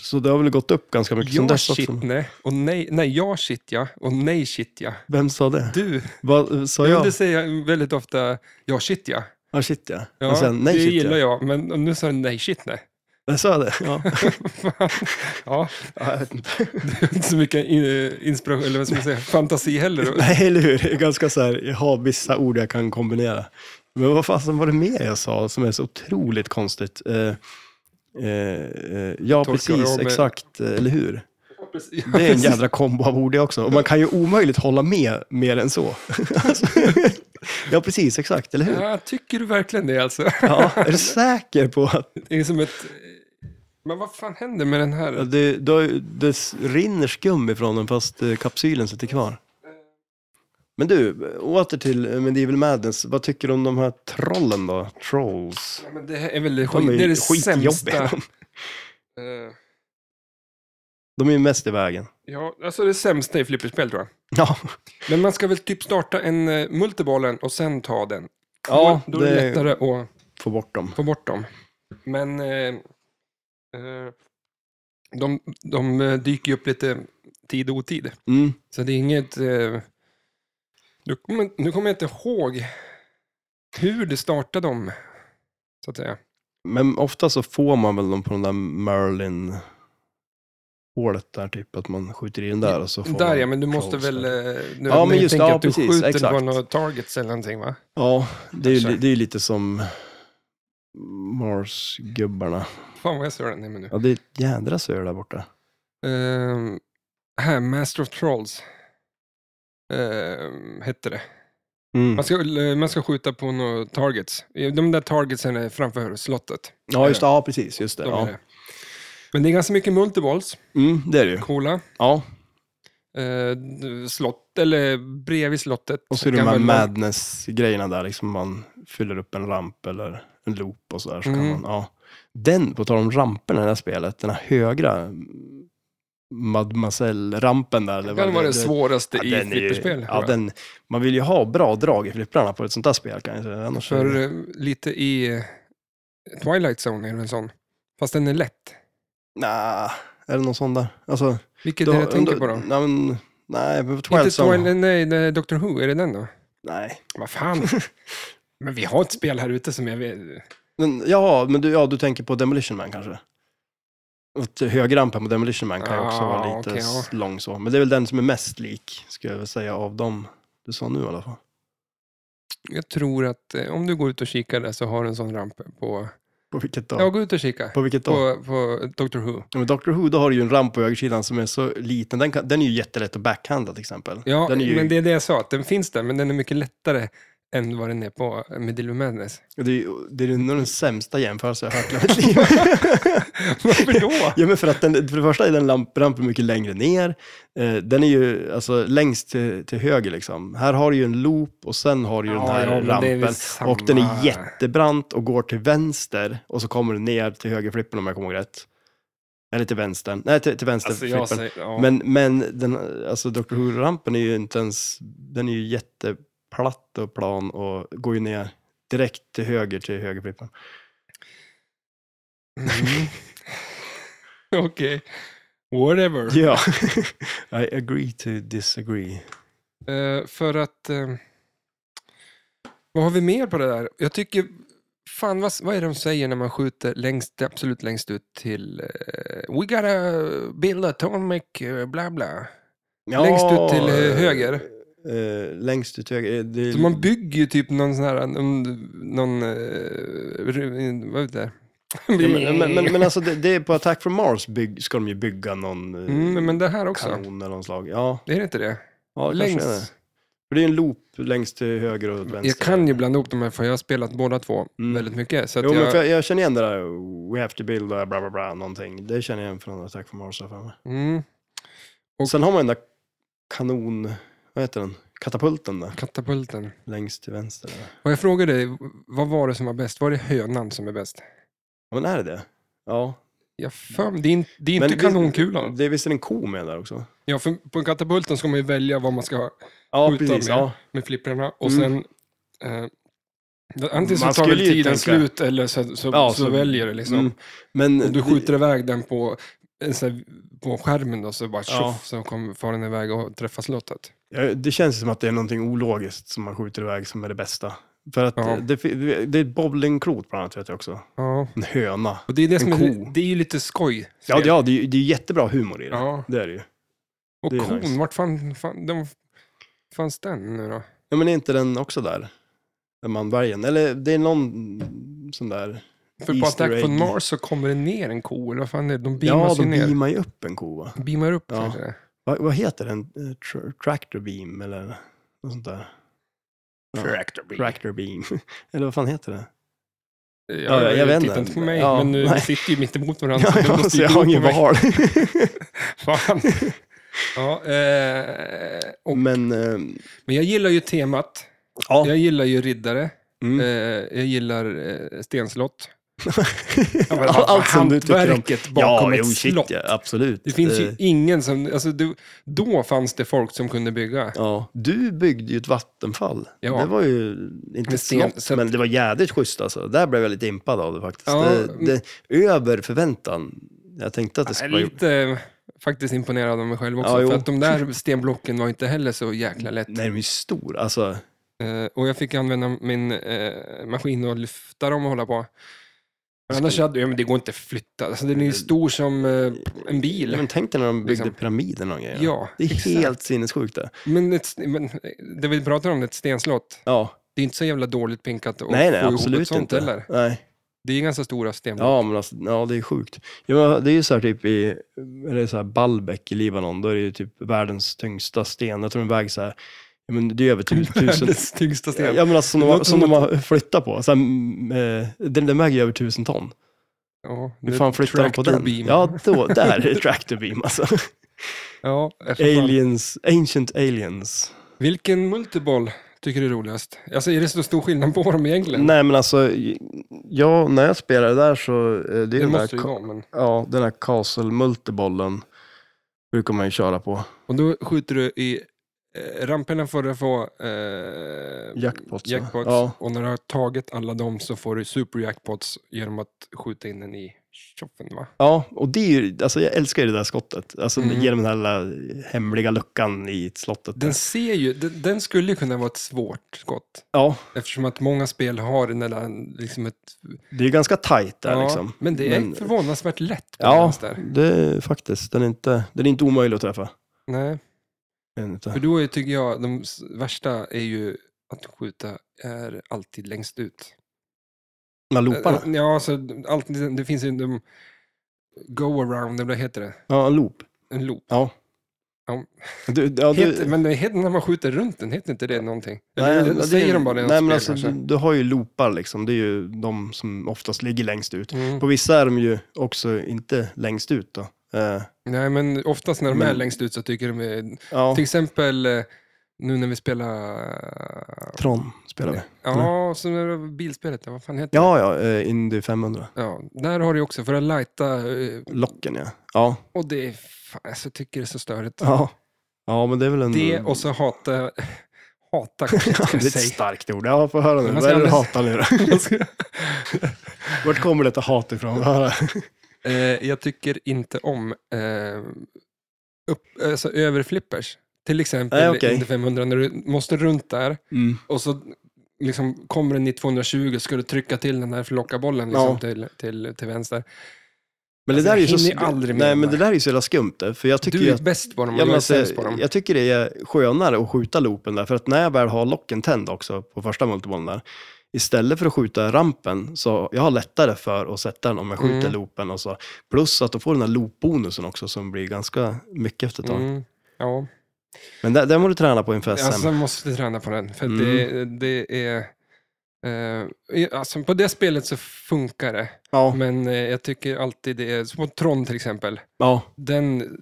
[SPEAKER 2] Så det har väl gått upp ganska mycket sen
[SPEAKER 1] Ja,
[SPEAKER 2] dess
[SPEAKER 1] shit
[SPEAKER 2] också.
[SPEAKER 1] nej. Och nej, nej, ja, shit ja. Och nej, shit ja.
[SPEAKER 2] Vem sa det?
[SPEAKER 1] Du,
[SPEAKER 2] Vad sa
[SPEAKER 1] ja.
[SPEAKER 2] jag?
[SPEAKER 1] det säger jag väldigt ofta, ja, shit ja.
[SPEAKER 2] Ja, shit ja.
[SPEAKER 1] ja
[SPEAKER 2] Och sen, nej,
[SPEAKER 1] det
[SPEAKER 2] shit
[SPEAKER 1] gillar
[SPEAKER 2] ja.
[SPEAKER 1] jag, men nu sa du nej, shit nej.
[SPEAKER 2] Jag sa det? Ja.
[SPEAKER 1] Fan. ja,
[SPEAKER 2] ja, jag vet inte.
[SPEAKER 1] det är inte så mycket eh, inspiration, eller vad ska man säga, fantasi heller.
[SPEAKER 2] Nej, eller hur? Det är ganska så här, jag har vissa ord jag kan kombinera. Men vad fasen var det mer jag sa som är så otroligt konstigt? Eh, eh, eh, ja,
[SPEAKER 1] Torkar av
[SPEAKER 2] precis,
[SPEAKER 1] med-
[SPEAKER 2] exakt, eh, eller hur?
[SPEAKER 1] Precis.
[SPEAKER 2] Det är en jädra kombo av ord det också. Och man kan ju omöjligt hålla med mer än så. Alltså, ja, precis, exakt, eller hur?
[SPEAKER 1] Ja, tycker du verkligen det alltså?
[SPEAKER 2] Ja, är du säker på att
[SPEAKER 1] Det är som ett... Men vad fan händer med den
[SPEAKER 2] ja,
[SPEAKER 1] här?
[SPEAKER 2] det, det, har ju- det s- rinner skum ifrån den fast eh, kapsylen sitter kvar? Men du, åter till eh, Medieval Madness. Vad tycker du om de här trollen då? Trolls?
[SPEAKER 1] Ja, men det här är väl det,
[SPEAKER 2] De
[SPEAKER 1] skit,
[SPEAKER 2] är,
[SPEAKER 1] det, är det
[SPEAKER 2] skitjobbiga.
[SPEAKER 1] sämsta.
[SPEAKER 2] De,
[SPEAKER 1] eh,
[SPEAKER 2] de är ju mest i vägen.
[SPEAKER 1] ja, alltså det sämsta i flipperspel tror jag.
[SPEAKER 2] Ja,
[SPEAKER 1] Men man ska väl typ starta en uh, multibollen och eh, sen ta den.
[SPEAKER 2] Ja,
[SPEAKER 1] då, då är det
[SPEAKER 2] det-
[SPEAKER 1] lättare att
[SPEAKER 2] Få bort dem.
[SPEAKER 1] få bort dem. Men eh, eh, de, de eh, dyker ju upp lite tid och otid.
[SPEAKER 2] Mm.
[SPEAKER 1] Så det är inget... Eh, nu, kommer, nu kommer jag inte ihåg hur det startade dem, så att säga.
[SPEAKER 2] Men ofta så får man väl dem på den där Merlin hålet där typ, att man skjuter i den där och så får
[SPEAKER 1] Där
[SPEAKER 2] man
[SPEAKER 1] ja, men du måste
[SPEAKER 2] kaos
[SPEAKER 1] väl...
[SPEAKER 2] där.
[SPEAKER 1] eh, Nu,
[SPEAKER 2] Ja, men
[SPEAKER 1] jag
[SPEAKER 2] just-
[SPEAKER 1] tänker
[SPEAKER 2] ja,
[SPEAKER 1] att du
[SPEAKER 2] precis,
[SPEAKER 1] skjuter på
[SPEAKER 2] exakt.
[SPEAKER 1] några targets eller någonting va?
[SPEAKER 2] Ja, det är ju
[SPEAKER 1] Kanske.
[SPEAKER 2] det är ju lite som Mars-gubbarna.
[SPEAKER 1] Fan vad jag surrar ner mig nu.
[SPEAKER 2] Ja, det är ett jädra söl där borta.
[SPEAKER 1] Ehm, här, Master of Trolls. ehm, hette det.
[SPEAKER 2] Mm.
[SPEAKER 1] Man ska, eh, man ska skjuta på några targets. De där targetsen är framför slottet.
[SPEAKER 2] Ja, just det. Ja, precis. Just det.
[SPEAKER 1] De
[SPEAKER 2] Ja.
[SPEAKER 1] är det. Men det är ganska mycket multiballs,
[SPEAKER 2] Mm, det är det ju.
[SPEAKER 1] coola.
[SPEAKER 2] Ja.
[SPEAKER 1] Eh, slott, eller bredvid slottet.
[SPEAKER 2] Och så är det de
[SPEAKER 1] kan
[SPEAKER 2] här
[SPEAKER 1] väl-
[SPEAKER 2] madness-grejerna där, liksom man fyller upp en ramp eller en loop och sådär. Så kan
[SPEAKER 1] Mm.
[SPEAKER 2] man, ja. Den, på tal om rampen i det här spelet, den här högra mademoiselle-rampen där. eller
[SPEAKER 1] Det
[SPEAKER 2] vad
[SPEAKER 1] kan vara det
[SPEAKER 2] det-
[SPEAKER 1] svåraste
[SPEAKER 2] ja,
[SPEAKER 1] i
[SPEAKER 2] den är ju-
[SPEAKER 1] flipperspel. tror
[SPEAKER 2] Ja,
[SPEAKER 1] jag.
[SPEAKER 2] den, man vill ju ha bra drag i flipprarna på ett sånt där spel kan jag säga. Annars är
[SPEAKER 1] För
[SPEAKER 2] det,
[SPEAKER 1] eh, lite i eh, Twilight Zone är det en sån. Fast den är lätt.
[SPEAKER 2] nah, är det någon sån där? Alltså,
[SPEAKER 1] Vilket
[SPEAKER 2] då-
[SPEAKER 1] är det jag tänker
[SPEAKER 2] då-
[SPEAKER 1] på då?
[SPEAKER 2] Nej, men, nej, men
[SPEAKER 1] Inte
[SPEAKER 2] Twilight Zone.
[SPEAKER 1] Twilight, nej, det är Doctor Who, är det den då?
[SPEAKER 2] Nej.
[SPEAKER 1] Vad fan. Men vi har ett spel här ute som jag vet...
[SPEAKER 2] Men, ja, men du, ja, du tänker på Demolition Man kanske? Åt Högerrampen på Demolition Man kan ju också
[SPEAKER 1] Ah,
[SPEAKER 2] vara lite
[SPEAKER 1] okej, ja.
[SPEAKER 2] s- lång så. Men det är väl den som är mest lik, skulle jag väl säga, av dem du sa nu i alla fall.
[SPEAKER 1] Jag tror att eh, om du går ut och kikar där så har du en sån ramp på...
[SPEAKER 2] På vilket
[SPEAKER 1] Ja,
[SPEAKER 2] då?
[SPEAKER 1] gå ut och kika.
[SPEAKER 2] På vilket då?
[SPEAKER 1] På, på Doctor Who.
[SPEAKER 2] Ja, men Dr. Who, då har du ju en ramp på högersidan som är så liten. Den, kan, den är ju jättelätt att backhandla till exempel.
[SPEAKER 1] Ja,
[SPEAKER 2] den är ju,
[SPEAKER 1] men det är det jag sa, att den finns där, men den är mycket lättare än vad den är på Medillo Madness.
[SPEAKER 2] det, är, ju- det är nog den sämsta jämförelse jag har hört i hela mitt liv.
[SPEAKER 1] Varför då?
[SPEAKER 2] Ja, men för att den, för det första är den lamp- rampen mycket längre ner. Eh, den är ju alltså längst till, till höger liksom. Här har du ju en loop och sen har du ju den
[SPEAKER 1] Ja,
[SPEAKER 2] här
[SPEAKER 1] ja, men det är väl
[SPEAKER 2] rampen.
[SPEAKER 1] samma.
[SPEAKER 2] Och den är jättebrant och går till vänster och så kommer du ner till högerflippen om jag kommer ihåg rätt. Eller till vänstern. Nej, till, till
[SPEAKER 1] Alltså,
[SPEAKER 2] vänsterflippen.
[SPEAKER 1] jag säger, ja.
[SPEAKER 2] Men, men den, alltså Dr. Who-rampen är ju inte ens, den är ju jätteplatt och plan och går ju ner direkt till höger till högerflippen.
[SPEAKER 1] Mm. Okej. Whatever.
[SPEAKER 2] Ja, I agree to disagree.
[SPEAKER 1] Eh, för att... eh, vad har vi mer på det där? Jag tycker... Fan, vad, vad är det de säger när man skjuter längst, absolut längst ut till... eh, we gotta build atomic eh, bla bla.
[SPEAKER 2] Ja,
[SPEAKER 1] Längst ut till, eh,
[SPEAKER 2] eh,
[SPEAKER 1] höger.
[SPEAKER 2] eh, längst ut till höger. eh, Det,
[SPEAKER 1] Så man bygger ju typ någon sån här... Någon... någon eh, ru- vad är det?
[SPEAKER 2] ja, men, men, men, men alltså det, det är på Attack from Mars bygg, ska de ju bygga någon eh,
[SPEAKER 1] mm, men det här också.
[SPEAKER 2] kanon eller någon slag. Ja,
[SPEAKER 1] Är det inte det?
[SPEAKER 2] ja längst. kanske är det.
[SPEAKER 1] längst.
[SPEAKER 2] För det är ju en loop längst till höger och åt vänster.
[SPEAKER 1] Jag kan ju blanda ihop de här för jag har spelat båda två
[SPEAKER 2] Mm.
[SPEAKER 1] väldigt mycket. Så att
[SPEAKER 2] Jo,
[SPEAKER 1] jag,
[SPEAKER 2] men för jag, jag känner igen det där, we have to build a bla bla bla någonting. Det känner jag igen från Attack from Mars. har jag för mig.
[SPEAKER 1] mm, Och-
[SPEAKER 2] Sen har man den där kanon, vad heter den, katapulten där,
[SPEAKER 1] katapulten.
[SPEAKER 2] längst till vänster. Där.
[SPEAKER 1] Och jag frågade dig, vad var det som var bäst? Var det hönan som är bäst?
[SPEAKER 2] Ja, men är det det? Ja.
[SPEAKER 1] Ja, för, det är, in, det är
[SPEAKER 2] Men
[SPEAKER 1] inte
[SPEAKER 2] vi-
[SPEAKER 1] kanonkulan.
[SPEAKER 2] Det är visst är det en ko med där också?
[SPEAKER 1] Ja, för på katapulten ska man ju välja vad man ska ha
[SPEAKER 2] Ja,
[SPEAKER 1] Skjuta
[SPEAKER 2] precis.
[SPEAKER 1] med.
[SPEAKER 2] Ja.
[SPEAKER 1] med flipprarna. Och
[SPEAKER 2] Mm.
[SPEAKER 1] sen, eh, det- antingen så
[SPEAKER 2] Man
[SPEAKER 1] tar väl
[SPEAKER 2] skulle ju
[SPEAKER 1] tiden
[SPEAKER 2] tänka-
[SPEAKER 1] slut eller så, så,
[SPEAKER 2] Ja,
[SPEAKER 1] så,
[SPEAKER 2] så-
[SPEAKER 1] väljer det liksom.
[SPEAKER 2] Mm. Men
[SPEAKER 1] Och du
[SPEAKER 2] det-
[SPEAKER 1] skjuter iväg den på, en sån här, på skärmen då, så bara tjoff,
[SPEAKER 2] Ja.
[SPEAKER 1] så kommer far den iväg och träffar slottet.
[SPEAKER 2] ja, det känns som att det är någonting ologiskt som man skjuter iväg som är det bästa. För att
[SPEAKER 1] Ja.
[SPEAKER 2] eh, det, fi- det är ett bowlingklot bland annat vet jag också.
[SPEAKER 1] Ja.
[SPEAKER 2] En höna.
[SPEAKER 1] Och det är det
[SPEAKER 2] En
[SPEAKER 1] som är,
[SPEAKER 2] ko.
[SPEAKER 1] det är ju lite skoj.
[SPEAKER 2] Ja, det, ja, det, är ju- det är jättebra humor i det.
[SPEAKER 1] Ja.
[SPEAKER 2] Det är det ju.
[SPEAKER 1] Och
[SPEAKER 2] det är
[SPEAKER 1] kon,
[SPEAKER 2] nice.
[SPEAKER 1] vart fan, fan, de, fanns den nu då?
[SPEAKER 2] Ja, men är inte den också där? Den manbergen? Eller det är någon sån där...
[SPEAKER 1] För på
[SPEAKER 2] Easter
[SPEAKER 1] Attack from
[SPEAKER 2] egg.
[SPEAKER 1] Mars så kommer det ner en ko, eller vad fan är det? De
[SPEAKER 2] ja,
[SPEAKER 1] beamas
[SPEAKER 2] de
[SPEAKER 1] ju ner.
[SPEAKER 2] beamar ju upp en ko va?
[SPEAKER 1] Beamar upp
[SPEAKER 2] Ja.
[SPEAKER 1] kanske.
[SPEAKER 2] Vad, vad heter den? Eh, Tr- tractor beam eller något sånt där? Ja.
[SPEAKER 1] Tractor beam.
[SPEAKER 2] Tractor beam. eller vad fan heter det?
[SPEAKER 1] Ja,
[SPEAKER 2] jag
[SPEAKER 1] jag
[SPEAKER 2] vet
[SPEAKER 1] tittar
[SPEAKER 2] inte.
[SPEAKER 1] inte på mig,
[SPEAKER 2] Ja,
[SPEAKER 1] men nu
[SPEAKER 2] nej.
[SPEAKER 1] sitter ju mitt emot varandra.
[SPEAKER 2] Ja,
[SPEAKER 1] så
[SPEAKER 2] ja,
[SPEAKER 1] måste
[SPEAKER 2] så
[SPEAKER 1] ju
[SPEAKER 2] jag
[SPEAKER 1] gå
[SPEAKER 2] har
[SPEAKER 1] på
[SPEAKER 2] ingen
[SPEAKER 1] mig.
[SPEAKER 2] val.
[SPEAKER 1] Fan. Ja, eh, och,
[SPEAKER 2] men, eh,
[SPEAKER 1] men jag gillar ju temat.
[SPEAKER 2] ja.
[SPEAKER 1] Jag gillar ju riddare.
[SPEAKER 2] Mm.
[SPEAKER 1] Eh, jag gillar eh, stenslott. Ja, men vad-
[SPEAKER 2] Allt som du tycker om.
[SPEAKER 1] hantverket bakom
[SPEAKER 2] ja,
[SPEAKER 1] ett
[SPEAKER 2] jo, shit,
[SPEAKER 1] slott.
[SPEAKER 2] Ja, absolut.
[SPEAKER 1] Det finns
[SPEAKER 2] Eh,
[SPEAKER 1] ju ingen som... Alltså, du, då fanns det folk som kunde bygga.
[SPEAKER 2] Ja, du byggde ju ett vattenfall.
[SPEAKER 1] Ja.
[SPEAKER 2] Det var ju inte
[SPEAKER 1] Med
[SPEAKER 2] ett
[SPEAKER 1] sten,
[SPEAKER 2] slott,
[SPEAKER 1] så att-
[SPEAKER 2] men det var jädrigt schysst alltså. Där blev jag lite impad av det faktiskt.
[SPEAKER 1] Ja, mm.
[SPEAKER 2] det,
[SPEAKER 1] men-
[SPEAKER 2] det, över förväntan. Jag tänkte att det
[SPEAKER 1] Jag är
[SPEAKER 2] skulle vara...
[SPEAKER 1] lite eh, faktiskt imponerad av mig själv också.
[SPEAKER 2] Ja, jo. Mm.
[SPEAKER 1] för att de där stenblocken var inte heller så jäkla lätt.
[SPEAKER 2] Nej, den är ju stor. Alltså,
[SPEAKER 1] Eh, och jag fick använda min eh, maskin och lyfta dem och hålla på. Men annars hade ja, men det går inte att flytta. Alltså, den är ju stor som eh, en
[SPEAKER 2] ja,
[SPEAKER 1] bil.
[SPEAKER 2] men tänk dig när de byggde
[SPEAKER 1] Liksom.
[SPEAKER 2] pyramiderna och grejer.
[SPEAKER 1] Ja,
[SPEAKER 2] det är
[SPEAKER 1] exakt.
[SPEAKER 2] helt sinnessjukt det.
[SPEAKER 1] Men, ett, men det vi pratar om, ett stenslott,
[SPEAKER 2] Ja,
[SPEAKER 1] det är inte så jävla dåligt pinkat att
[SPEAKER 2] nej, nej,
[SPEAKER 1] få ihop ett
[SPEAKER 2] absolut
[SPEAKER 1] sånt
[SPEAKER 2] inte.
[SPEAKER 1] heller.
[SPEAKER 2] Nej.
[SPEAKER 1] Det är ganska stora stenblock.
[SPEAKER 2] Ja, men alltså, ja, det är sjukt. Ja, det är ju så här typ i eller så här Baalbek i Libanon, då är det ju typ världens tyngsta sten. Jag tror den väger så här, ja, men det är över tu- tusen,
[SPEAKER 1] Världens tyngsta sten.
[SPEAKER 2] Ja, men alltså, som, de,
[SPEAKER 1] Det
[SPEAKER 2] har-
[SPEAKER 1] låter
[SPEAKER 2] som
[SPEAKER 1] som
[SPEAKER 2] de har flyttat på. Så här, mm, eh, den, den väger ju över tusen ton.
[SPEAKER 1] Ja,
[SPEAKER 2] Hur
[SPEAKER 1] det-
[SPEAKER 2] fan flyttar de på
[SPEAKER 1] tractor
[SPEAKER 2] den?
[SPEAKER 1] beam.
[SPEAKER 2] Ja, då, där är det tractor beam alltså.
[SPEAKER 1] ja eftersom-
[SPEAKER 2] aliens, ancient aliens.
[SPEAKER 1] Vilken multiboll tycker du är roligast? Alltså är det så stor skillnad på dem egentligen?
[SPEAKER 2] Nej, men alltså, ja, när jag spelade där så, eh, det
[SPEAKER 1] det
[SPEAKER 2] är den här,
[SPEAKER 1] måste det ju vara. Men...
[SPEAKER 2] ja, den här castle multibollen brukar man ju köra på.
[SPEAKER 1] Och då skjuter du i eh, ramperna för att få eh,
[SPEAKER 2] Jackpots. ja.
[SPEAKER 1] jackpots.
[SPEAKER 2] Ja,
[SPEAKER 1] Och när du har tagit alla dem så får du superjackpots genom att skjuta in den i tjoffen va?
[SPEAKER 2] Ja, och det är ju, alltså jag älskar ju det där skottet. Alltså
[SPEAKER 1] Mm.
[SPEAKER 2] genom den här lilla hemliga luckan i slottet.
[SPEAKER 1] Den ser ju, den, den skulle ju kunna vara ett svårt skott.
[SPEAKER 2] Ja,
[SPEAKER 1] Eftersom att många spel har den där, liksom ett...
[SPEAKER 2] det är ju ganska tajt där liksom.
[SPEAKER 1] Men det är
[SPEAKER 2] Men-
[SPEAKER 1] förvånansvärt lätt. på
[SPEAKER 2] Ja,
[SPEAKER 1] den där.
[SPEAKER 2] det är faktiskt. Den är inte, den är inte omöjlig att träffa.
[SPEAKER 1] Nej,
[SPEAKER 2] Den är
[SPEAKER 1] för
[SPEAKER 2] Inte.
[SPEAKER 1] då är, tycker jag de s- värsta är ju att skjuta är alltid längst ut.
[SPEAKER 2] Med looparna?
[SPEAKER 1] Eh, Ja, alltså, allt, det finns ju de go-around, eller vad heter det?
[SPEAKER 2] Ja, en loop.
[SPEAKER 1] En loop.
[SPEAKER 2] Ja.
[SPEAKER 1] Ja.
[SPEAKER 2] Du, ja, du,
[SPEAKER 1] Heter, men det heter, när man skjuter runt den, heter inte det någonting?
[SPEAKER 2] Nej,
[SPEAKER 1] Eller
[SPEAKER 2] det-
[SPEAKER 1] säger de bara det i något
[SPEAKER 2] Nej, men
[SPEAKER 1] spel
[SPEAKER 2] alltså,
[SPEAKER 1] kanske?
[SPEAKER 2] du, du har ju loopar liksom. Det är ju de som oftast ligger längst ut.
[SPEAKER 1] Mm.
[SPEAKER 2] På vissa är de ju också inte längst ut då. Eh,
[SPEAKER 1] Nej, men oftast när de är
[SPEAKER 2] Men-
[SPEAKER 1] längst ut så tycker de är...
[SPEAKER 2] Mm. ja,
[SPEAKER 1] Till exempel eh, nu när vi spelar...
[SPEAKER 2] Tron spelar vi.
[SPEAKER 1] Ja, så när det var bilspelet, vad fan heter
[SPEAKER 2] Mm. Ja, ja, eh, Indy 500.
[SPEAKER 1] det? Ja, där har du också, för att lighta, eh,
[SPEAKER 2] Locken ja. Ja,
[SPEAKER 1] och det är... Fan, alltså, jag tycker det är så störigt.
[SPEAKER 2] ja. Ja, men det är väl en...
[SPEAKER 1] Det och så hata... Hata, kanske jag
[SPEAKER 2] det
[SPEAKER 1] skulle
[SPEAKER 2] är ett
[SPEAKER 1] säga.
[SPEAKER 2] starkt ord. Ja, får höra nu.
[SPEAKER 1] Men
[SPEAKER 2] Vad
[SPEAKER 1] vad
[SPEAKER 2] är det du
[SPEAKER 1] ska jag-
[SPEAKER 2] hatar nu då? Vart kommer detta hat ifrån? Vad är det?
[SPEAKER 1] Eh, jag tycker inte om eh, upp, alltså, överflippers. Till exempel
[SPEAKER 2] Nej, okej.
[SPEAKER 1] Indy 500, när du måste runt där och så liksom, kommer den i 220 ska du trycka till den här för att locka bollen liksom,
[SPEAKER 2] Ja.
[SPEAKER 1] till, till, till vänster.
[SPEAKER 2] Men det
[SPEAKER 1] Alltså,
[SPEAKER 2] där är ju
[SPEAKER 1] jag
[SPEAKER 2] så...
[SPEAKER 1] hinner ju aldrig med
[SPEAKER 2] Nej,
[SPEAKER 1] de
[SPEAKER 2] men det
[SPEAKER 1] där.
[SPEAKER 2] där är ju så jävla skumt det, för jag tycker
[SPEAKER 1] Du
[SPEAKER 2] ju
[SPEAKER 1] är
[SPEAKER 2] att...
[SPEAKER 1] bäst på dem och
[SPEAKER 2] Ja, men
[SPEAKER 1] jag är
[SPEAKER 2] alltså,
[SPEAKER 1] sämst på dem.
[SPEAKER 2] jag tycker det är skönare att skjuta loopen där, för att när jag väl har locken tänd också på första multibollen där, istället för att skjuta rampen, så jag har lättare för att sätta den om jag skjuter
[SPEAKER 1] Mm.
[SPEAKER 2] loopen och så. Plus att då får den här loopbonusen också som blir ganska mycket efter ett tag.
[SPEAKER 1] Mm, ja,
[SPEAKER 2] Men det, det må du träna på inför SM.
[SPEAKER 1] alltså, jag måste träna på den. För att det,
[SPEAKER 2] Mm.
[SPEAKER 1] det är... Eh, alltså, på det spelet så funkar det,
[SPEAKER 2] ja,
[SPEAKER 1] men eh, jag tycker alltid det är... Som på Tron till exempel.
[SPEAKER 2] ja,
[SPEAKER 1] den,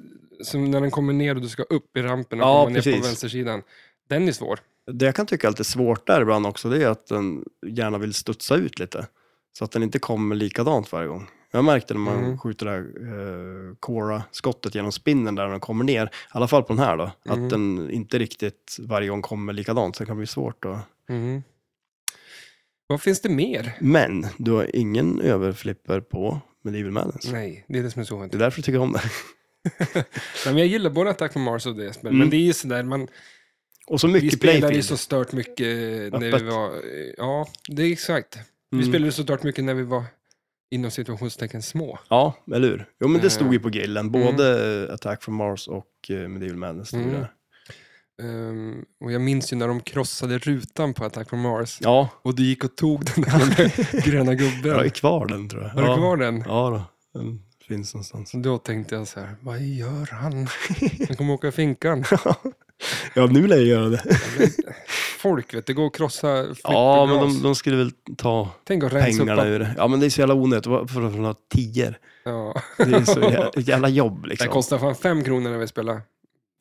[SPEAKER 1] som när den kommer ner och du ska upp i rampen och
[SPEAKER 2] Ja,
[SPEAKER 1] komma ner
[SPEAKER 2] precis.
[SPEAKER 1] på vänstersidan, den är svår.
[SPEAKER 2] Det jag kan tycka är lite svårt där ibland också, det är att den gärna vill studsa ut lite. Så att den inte kommer likadant varje gång. Jag märkte när man
[SPEAKER 1] Mm.
[SPEAKER 2] skjuter det här eh, Cora-skottet genom spinnen där den kommer ner, i alla fall på den här då,
[SPEAKER 1] Mm.
[SPEAKER 2] att den inte riktigt varje gång kommer likadant, så det kan bli svårt då. Mm-hmm.
[SPEAKER 1] Vad finns det mer?
[SPEAKER 2] Men du har ingen överflipper på Medieval Madness.
[SPEAKER 1] Nej, det är det som är så
[SPEAKER 2] Det
[SPEAKER 1] oväntat.
[SPEAKER 2] är därför jag tycker om det.
[SPEAKER 1] Nej, men jag gillar både Attack on Mars och det spelet,
[SPEAKER 2] Mm.
[SPEAKER 1] men det är ju sådär, man,
[SPEAKER 2] Och så
[SPEAKER 1] vi
[SPEAKER 2] mycket
[SPEAKER 1] spelade ju
[SPEAKER 2] playfield.
[SPEAKER 1] så stört mycket när
[SPEAKER 2] Öppet.
[SPEAKER 1] vi var, ja, det är exakt. Vi
[SPEAKER 2] Mm.
[SPEAKER 1] spelade så stört mycket när vi var inom situationstecken små.
[SPEAKER 2] Ja, eller hur? Jo, men det
[SPEAKER 1] Eh.
[SPEAKER 2] stod ju på grillen, både Attack from Mars och eh, Medieval Madness. stod
[SPEAKER 1] Mm.
[SPEAKER 2] där.
[SPEAKER 1] Ehm, och jag minns ju när de krossade rutan på Attack on Mars
[SPEAKER 2] Ja,
[SPEAKER 1] och du gick och tog den där gröna gubben.
[SPEAKER 2] jag är kvar den tror jag.
[SPEAKER 1] Har du
[SPEAKER 2] Ja.
[SPEAKER 1] kvar den?
[SPEAKER 2] Ja då, den finns någonstans.
[SPEAKER 1] Så Då tänkte jag så här, vad gör han? Han kommer åka i finkan.
[SPEAKER 2] ja, nu lär jag göra det.
[SPEAKER 1] Folk vet, det går att krossa
[SPEAKER 2] Ja, men
[SPEAKER 1] flipperglas.
[SPEAKER 2] de, de skulle väl ta
[SPEAKER 1] Tänk att rensa upp.
[SPEAKER 2] pengarna
[SPEAKER 1] all-
[SPEAKER 2] ur det. Ja, men det är så jävla onödigt. Vad- För att få några tior.
[SPEAKER 1] Ja.
[SPEAKER 2] Det är så jä- ett jävla jobb
[SPEAKER 1] Det
[SPEAKER 2] liksom.
[SPEAKER 1] kostar fan fem kronor när vi spelar.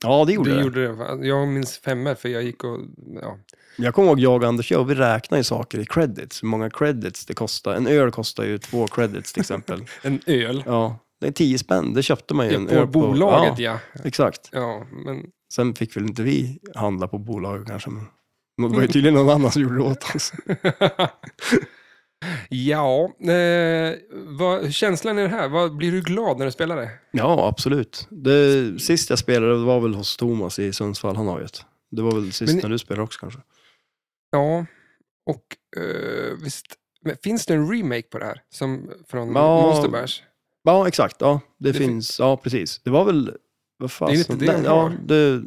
[SPEAKER 2] Ja, Ja, det gjorde
[SPEAKER 1] du
[SPEAKER 2] det.
[SPEAKER 1] gjorde det. fan. Jag minns femmor för jag gick och... Ja.
[SPEAKER 2] Jag kommer ihåg jag och Anders, jag, vi räknar ju saker i credits, hur många credits det kostar. En öl kostar ju två credits till exempel.
[SPEAKER 1] En öl.
[SPEAKER 2] ja, det är tio spänn, det köpte man ju
[SPEAKER 1] Ja,
[SPEAKER 2] en
[SPEAKER 1] på
[SPEAKER 2] öl
[SPEAKER 1] bolaget,
[SPEAKER 2] ja.
[SPEAKER 1] ja.
[SPEAKER 2] Exakt.
[SPEAKER 1] Ja, men
[SPEAKER 2] Sen fick väl inte vi handla på bolaget kanske, men men det var ju tydligen någon annan som gjorde det åt oss.
[SPEAKER 1] ja, eh, vad, känslan är det här. Vad, blir du glad när du spelar det?
[SPEAKER 2] Ja, absolut. Det sist jag spelade var väl hos Thomas i Sundsvall, han har ju ett. Det var väl sist
[SPEAKER 1] Men-
[SPEAKER 2] när du spelade också kanske?
[SPEAKER 1] Ja, och eh, visst. Men finns det en remake på det här? Som från
[SPEAKER 2] Ja,
[SPEAKER 1] Monster Bash?
[SPEAKER 2] Ja, exakt. Ja, det,
[SPEAKER 1] Det
[SPEAKER 2] finns. Ja, precis. Det var väl... Vad fan,
[SPEAKER 1] Det är inte det
[SPEAKER 2] nej,
[SPEAKER 1] han
[SPEAKER 2] ja,
[SPEAKER 1] har.
[SPEAKER 2] det,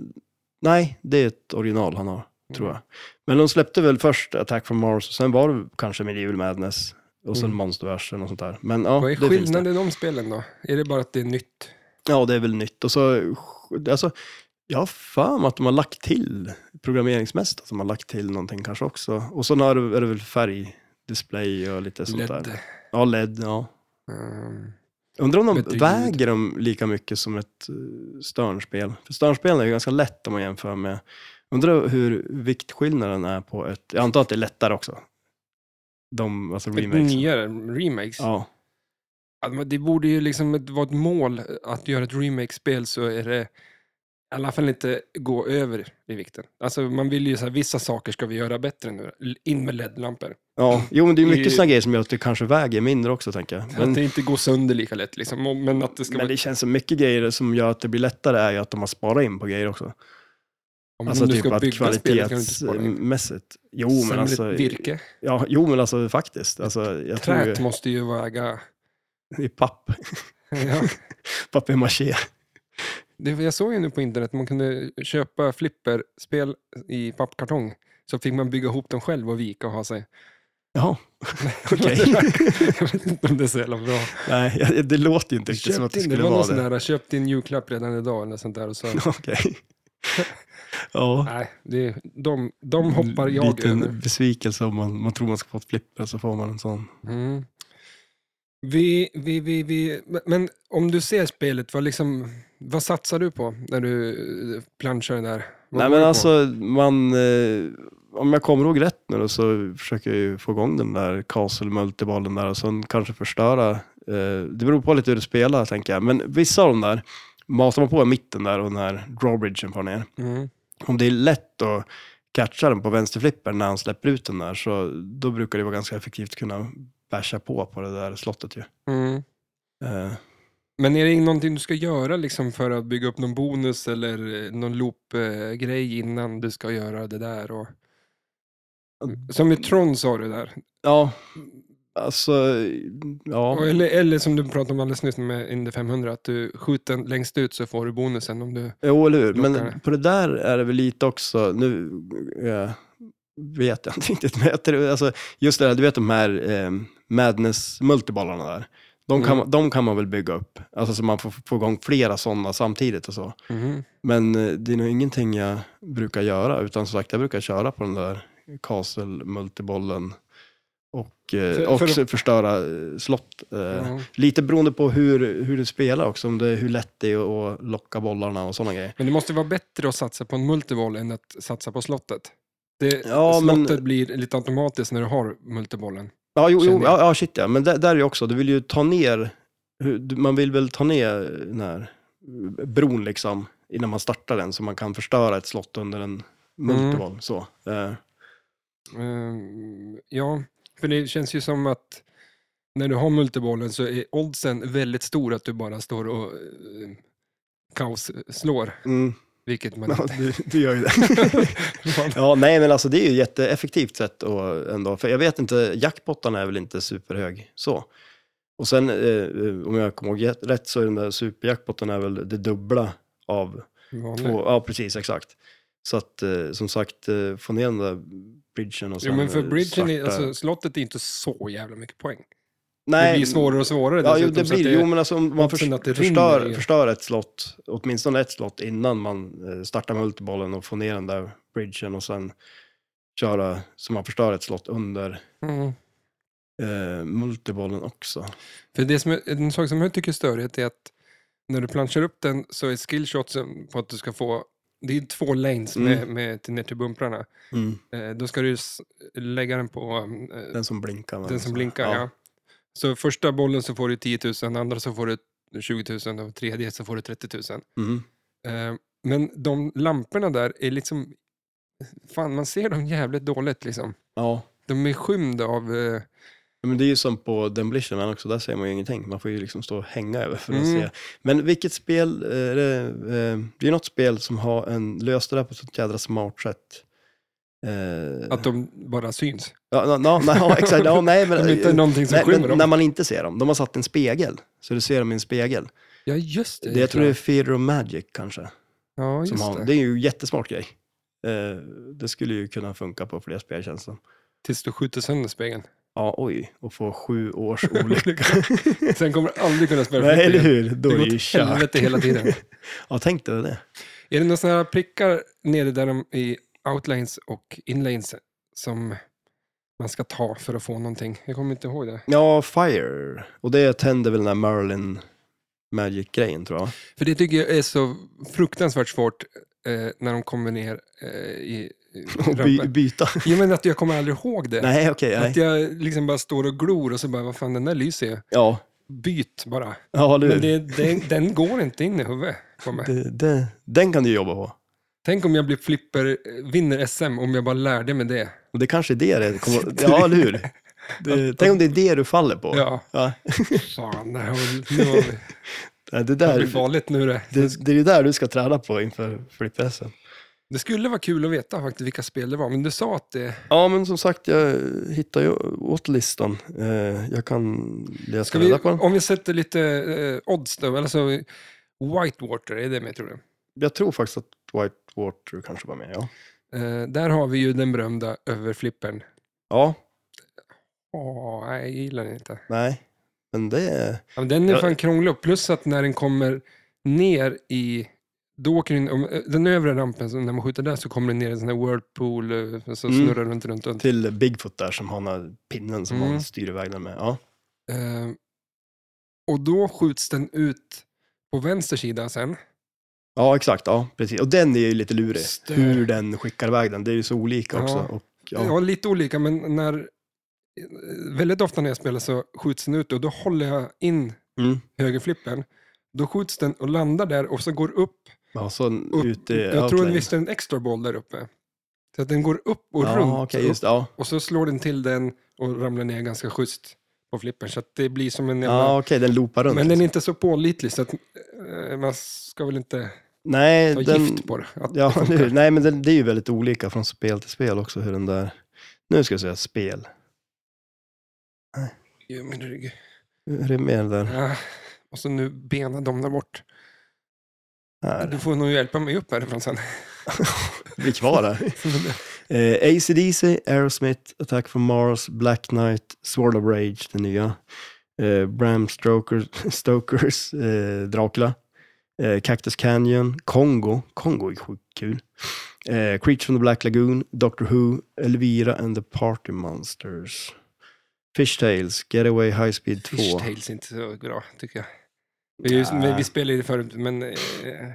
[SPEAKER 2] nej, det är ett original han har,
[SPEAKER 1] Mm.
[SPEAKER 2] tror jag. Men de släppte väl först Attack from Mars och sen var det kanske Medieval Madness och sen
[SPEAKER 1] Mm.
[SPEAKER 2] Monsterversen och sånt där. Men ja,
[SPEAKER 1] vad är
[SPEAKER 2] det finns det.
[SPEAKER 1] skillnaden i de spelen då? Är det bara att det är nytt?
[SPEAKER 2] Ja, det är väl nytt. Och så, alltså, jag har för mig att de har lagt till, programmeringsmässigt, att de har lagt till någonting kanske också. Och sen har det, är det väl färgdisplay och lite sånt där.
[SPEAKER 1] LED?
[SPEAKER 2] Ja, LED, ja.
[SPEAKER 1] Ehm,
[SPEAKER 2] Undrar om de
[SPEAKER 1] Bättre ljud.
[SPEAKER 2] väger dem lika mycket som ett eh, störnspel. För störnspelen är ju ganska lätt om man jämför med... Undrar hur viktskillnaden är på ett... Jag antar att det är lättare också. De, alltså
[SPEAKER 1] ett
[SPEAKER 2] remakes.
[SPEAKER 1] nyare remakes?
[SPEAKER 2] Ja.
[SPEAKER 1] Ja, men Det borde ju liksom ett- vara ett mål att göra ett remake-spel så är det i alla fall inte gå över i vikten. Alltså man vill ju så här, vissa saker ska vi göra bättre nu. L- In med LED-lampor.
[SPEAKER 2] ja. Jo, men det är ju mycket
[SPEAKER 1] I-
[SPEAKER 2] sådana grejer som gör att det kanske väger mindre också, tänker jag.
[SPEAKER 1] att
[SPEAKER 2] Men,
[SPEAKER 1] det inte går sönder lika lätt liksom. Och- Men att det ska
[SPEAKER 2] men
[SPEAKER 1] vara...
[SPEAKER 2] det känns som mycket grejer som gör att det blir lättare är ju att de har sparat in på grejer också.
[SPEAKER 1] om
[SPEAKER 2] Alltså
[SPEAKER 1] Mm, du
[SPEAKER 2] typ
[SPEAKER 1] ska
[SPEAKER 2] att
[SPEAKER 1] bygga spelet kan du inte spara in.
[SPEAKER 2] kvalitetsmässigt. Jo, men
[SPEAKER 1] Sämre
[SPEAKER 2] alltså,
[SPEAKER 1] virke.
[SPEAKER 2] ja, jo, men alltså faktiskt. Alltså, jag tror
[SPEAKER 1] Träet
[SPEAKER 2] ju,
[SPEAKER 1] måste ju väga...
[SPEAKER 2] i papp,
[SPEAKER 1] Ja,
[SPEAKER 2] papier-maché.
[SPEAKER 1] det, jag såg ju nu på internet, man kunde köpa flipperspel i pappkartong. Så fick man bygga ihop dem själv och vika och ha sig.
[SPEAKER 2] Jaha, okej.
[SPEAKER 1] jag vet inte om det är så jävla bra.
[SPEAKER 2] Nej, jag- det låter ju inte riktigt som att
[SPEAKER 1] Köpt
[SPEAKER 2] det
[SPEAKER 1] in, det
[SPEAKER 2] skulle
[SPEAKER 1] var någon
[SPEAKER 2] vara
[SPEAKER 1] sån
[SPEAKER 2] det.
[SPEAKER 1] där, köpt in julklapp redan idag eller sånt där och så,
[SPEAKER 2] Okej. Ja,
[SPEAKER 1] nej, det, de, de hoppar jag
[SPEAKER 2] liten
[SPEAKER 1] över.
[SPEAKER 2] besvikelse om man, man tror man ska få ett flipper så får man en sån.
[SPEAKER 1] Mm. Vi, vi, vi, vi, men om du ser spelet, vad, liksom, vad satsar du på när du eh, planchar det där? Vad
[SPEAKER 2] Nej
[SPEAKER 1] går
[SPEAKER 2] men
[SPEAKER 1] du på?
[SPEAKER 2] alltså, man, eh, om jag kommer ihåg rätt nu då, så försöker jag ju få igång den där castle multibollen där och sen kanske förstöra. Eh, det beror på lite hur du spelar tänker jag. Men vissa av de där matar man på i mitten där och den här drawbridgen får ner.
[SPEAKER 1] Mm.
[SPEAKER 2] om det är lätt att catcha den på vänsterflippen när han släpper ut den där, så då brukar det vara ganska effektivt att kunna basha på på det där slottet ju.
[SPEAKER 1] Mm.
[SPEAKER 2] Eh,
[SPEAKER 1] Men är det någonting du ska göra liksom för att bygga upp någon bonus eller eh, någon loop-grej innan du ska göra det där? Och... Som i Tron sa du där,
[SPEAKER 2] ja, alltså, ja.
[SPEAKER 1] Och Eller, eller som du pratade om alldeles nyss med Indy 500, att du skjuter den längst ut så får du bonusen om du...
[SPEAKER 2] Jo, eller hur.
[SPEAKER 1] Lockare.
[SPEAKER 2] Men på det där är det väl lite också, nu eh, vet jag inte riktigt, men jag tror- alltså, just det där, du vet de här eh, Madness-multibollarna där. De kan,
[SPEAKER 1] Mm.
[SPEAKER 2] de kan man väl bygga upp, alltså så man får få igång flera sådana samtidigt och så. Men eh, det är nog ingenting jag brukar göra, utan som sagt, jag brukar köra på den där castle-multibollen och, eh,
[SPEAKER 1] För- Mm.
[SPEAKER 2] och
[SPEAKER 1] för-
[SPEAKER 2] så förstöra eh, slott. eh.
[SPEAKER 1] Ja.
[SPEAKER 2] Lite beroende på hur, hur du spelar också, om det, hur lätt det är att locka bollarna och sådana grejer.
[SPEAKER 1] Men det måste vara bättre att satsa på en multiboll än att satsa på slottet. Det,
[SPEAKER 2] Ja, men-
[SPEAKER 1] slottet blir lite automatiskt när du har multibollen.
[SPEAKER 2] Ja, jo, jo
[SPEAKER 1] Känner jag.
[SPEAKER 2] ja, ja, shit ja, men där, där är ju också, du vill ju ta ner, hur- du- man vill väl ta ner den här eh, bron liksom, innan man startar den, så man kan förstöra ett slott under en multiboll.
[SPEAKER 1] Mm.
[SPEAKER 2] Så. eh.
[SPEAKER 1] Ehm, ja, för det känns ju som att när du har multibollen så är oddsen väldigt stor att du bara står och uh, kaosslår,
[SPEAKER 2] Mm.
[SPEAKER 1] vilket man
[SPEAKER 2] Ja,
[SPEAKER 1] inte...
[SPEAKER 2] du, du gör ju det. Ja, nej men alltså det är ju ett jätteeffektivt sätt att ändå, för jag vet inte, jackpottarna är väl inte superhög så. Och sen, eh, om jag kommer ihåg jät- rätt, så är den där superjackpotten är väl det dubbla av
[SPEAKER 1] Vanligt.
[SPEAKER 2] två, ja precis, exakt. Så att, eh, som sagt, eh, få ner den där bridgen och sen
[SPEAKER 1] Jo, men för
[SPEAKER 2] eh,
[SPEAKER 1] bridgen, är,
[SPEAKER 2] starta-
[SPEAKER 1] alltså, slottet är inte så jävla mycket poäng.
[SPEAKER 2] nej,
[SPEAKER 1] det blir svårare och svårare
[SPEAKER 2] Ja, jo,
[SPEAKER 1] dessutom,
[SPEAKER 2] det
[SPEAKER 1] så att
[SPEAKER 2] blir, jo, men alltså om man
[SPEAKER 1] oddsen
[SPEAKER 2] förs-
[SPEAKER 1] att det rinner
[SPEAKER 2] förstör,
[SPEAKER 1] är-
[SPEAKER 2] förstör ett slott, åtminstone ett slott, innan man eh, startar multibollen och får ner den där bridgen och sen köra så man förstör ett slott under
[SPEAKER 1] Mm.
[SPEAKER 2] eh, multibollen också.
[SPEAKER 1] För det som, är- en sak som jag tycker är störigt är att när du planchar upp den så är skillshotsen på att du ska få, det är två lanes med,
[SPEAKER 2] Mm.
[SPEAKER 1] med, till, ner till bumprarna.
[SPEAKER 2] Mm.
[SPEAKER 1] Eh, då ska du s- lägga den på eh,
[SPEAKER 2] Den som blinkar. va?
[SPEAKER 1] den som blinkar. Ja. Så första bollen så får du 10 000, andra så får du 20 000 och tredje så får du 30 000.
[SPEAKER 2] Mm.
[SPEAKER 1] Eh, men de lamporna där är liksom, fan man ser dem jävligt dåligt liksom.
[SPEAKER 2] ja.
[SPEAKER 1] De är skymda av, eh,
[SPEAKER 2] Men det är ju som på Demolition Man också, där ser man ju ingenting. Man får ju liksom stå och hänga över för att
[SPEAKER 1] Mm.
[SPEAKER 2] se. Men vilket spel, eh, är det, eh, det är ju något spel som har en, löst det där på ett sånt jädra smart sätt. Eh,
[SPEAKER 1] att de bara syns.
[SPEAKER 2] ja, na, na, na, ja, exakt, ja, nej, men, eh,
[SPEAKER 1] Det är inte någonting som
[SPEAKER 2] nej,
[SPEAKER 1] skymmer
[SPEAKER 2] men när
[SPEAKER 1] dem.
[SPEAKER 2] man inte ser dem. De har satt en spegel, så du ser dem i en spegel.
[SPEAKER 1] Ja just det.
[SPEAKER 2] Det, jag tror det är Fear of Magic kanske.
[SPEAKER 1] Ja
[SPEAKER 2] Som
[SPEAKER 1] just
[SPEAKER 2] har,
[SPEAKER 1] det.
[SPEAKER 2] det. är ju en jättesmart grej. Eh, det skulle ju kunna funka på fler spel känns det som.
[SPEAKER 1] Tills du skjuter sönder spegeln.
[SPEAKER 2] Ja, oj, och få sju års olycka.
[SPEAKER 1] Sen kommer du aldrig kunna spela
[SPEAKER 2] nej,
[SPEAKER 1] flipper
[SPEAKER 2] eller
[SPEAKER 1] igen.
[SPEAKER 2] hur? Då
[SPEAKER 1] Det
[SPEAKER 2] är
[SPEAKER 1] går
[SPEAKER 2] det ju
[SPEAKER 1] åt
[SPEAKER 2] kört.
[SPEAKER 1] helvete hela tiden.
[SPEAKER 2] Ja, tänk dig det.
[SPEAKER 1] Är det några sådana här prickar nere där de i outlines och inlanes som man ska ta för att få någonting? Jag kommer inte ihåg det.
[SPEAKER 2] Ja, Fire. Och det tänder väl den där Merlin Magic-grejen tror jag.
[SPEAKER 1] För det tycker jag är så fruktansvärt svårt eh, när de kommer ner eh, i, i
[SPEAKER 2] Och by,
[SPEAKER 1] rampen.
[SPEAKER 2] byta.
[SPEAKER 1] Jo men att jag kommer aldrig ihåg det.
[SPEAKER 2] nej, okej. nej.
[SPEAKER 1] Att jag liksom bara står och glor och så bara, vad fan den där lyser ju.
[SPEAKER 2] Ja,
[SPEAKER 1] Byt bara.
[SPEAKER 2] ja eller
[SPEAKER 1] Men
[SPEAKER 2] hur?
[SPEAKER 1] det, den, den går inte in i huvudet på mig.
[SPEAKER 2] Mm. Det, det, den kan du jobba på.
[SPEAKER 1] Tänk om jag blir flipper, eh, vinner SM om jag bara lärde mig det.
[SPEAKER 2] Och det kanske är det det kommer... Ja, eller hur? Det, tänk om det är det du faller på.
[SPEAKER 1] Ja,
[SPEAKER 2] Ja.
[SPEAKER 1] fan. det här var- Nu har vi-
[SPEAKER 2] Nej, Det,
[SPEAKER 1] det blir
[SPEAKER 2] där,
[SPEAKER 1] farligt nu det.
[SPEAKER 2] det, det är ju där du ska träna på inför flippressen.
[SPEAKER 1] Det skulle vara kul att veta faktiskt vilka spel det var, men du sa att det...
[SPEAKER 2] Ja, men som sagt, jag hittar ju åt listan. Eh, Jag kan läsa
[SPEAKER 1] Ska vi,
[SPEAKER 2] reda på den.
[SPEAKER 1] om vi sätter lite eh, odds då, eller så... Whitewater är det med tror du.
[SPEAKER 2] Jag tror faktiskt att Whitewater kanske var med, ja.
[SPEAKER 1] Eh, där har vi ju den berömda överflippen.
[SPEAKER 2] Ja,
[SPEAKER 1] Åh, nej, jag gillar den inte.
[SPEAKER 2] nej. Men det är...
[SPEAKER 1] Ja, men den är
[SPEAKER 2] Ja.
[SPEAKER 1] fan krånglig, och plus att när den kommer ner i... Då åker den, om, eh, den övre rampen, så när man skjuter där, så kommer den ner i en sån här whirlpool, eh, så
[SPEAKER 2] Mm.
[SPEAKER 1] snurrar runt, runt, runt.
[SPEAKER 2] till Bigfoot där som han har pinnen som
[SPEAKER 1] Mm.
[SPEAKER 2] han styr iväg den med. Ja.
[SPEAKER 1] Eh, och då skjuts den ut på vänster sida sen.
[SPEAKER 2] ja, exakt. Ja, precis. Och den är ju lite lurig.
[SPEAKER 1] Stör.
[SPEAKER 2] Hur den skickar iväg den. Det är ju så olika
[SPEAKER 1] Ja.
[SPEAKER 2] också. Och,
[SPEAKER 1] Ja.
[SPEAKER 2] ja.
[SPEAKER 1] lite olika, men när... eh, Väldigt ofta när jag spelar så skjuts den ut och då håller jag in
[SPEAKER 2] Mm.
[SPEAKER 1] högerflippen. Då skjuts den och landar där och så går upp.
[SPEAKER 2] ja, så en
[SPEAKER 1] upp
[SPEAKER 2] ute i
[SPEAKER 1] jag tror den
[SPEAKER 2] outlane.
[SPEAKER 1] visste en extra boll där uppe. Så att den går upp och runt
[SPEAKER 2] Ja, okej, just
[SPEAKER 1] upp,
[SPEAKER 2] det. Ja,
[SPEAKER 1] och så slår den till den och ramlar ner ganska schysst på flippen. Så att det blir som en jävla...
[SPEAKER 2] ja okej, den loopar runt.
[SPEAKER 1] men den är
[SPEAKER 2] liksom.
[SPEAKER 1] inte så pålitlig så att eh, man ska väl inte
[SPEAKER 2] Nej,
[SPEAKER 1] ta
[SPEAKER 2] den...
[SPEAKER 1] gift på det. Att det
[SPEAKER 2] Ja,
[SPEAKER 1] funkar.
[SPEAKER 2] eller hur? Nej, men den, det är ju väldigt olika från spel till spel också hur den där... Nu ska jag säga spel.
[SPEAKER 1] Jo, men herregud.
[SPEAKER 2] Hur är det med den där?
[SPEAKER 1] Ja. Ah, Och så nu benar de där bort. Du
[SPEAKER 2] Här.
[SPEAKER 1] får nog hjälpa mig upp härifrån sen.
[SPEAKER 2] Vi är kvar där. Eh, ACDC, Aerosmith, Attack from Mars, Black Knight, Sword of Rage, den nya. Eh, Bram Stoker, Stokers eh, Dracula. Eh, Cactus Canyon, Kongo. Kongo är sjukt kul. Eh, Creature from the Black Lagoon, Doctor Who, Elvira and the Party Monsters. Fishtails, Getaway High Speed 2.
[SPEAKER 1] Fishtails är inte så bra, tycker jag. Vi, är ju-
[SPEAKER 2] Nej.
[SPEAKER 1] vi, vi spelade ju det förut, men... Eh,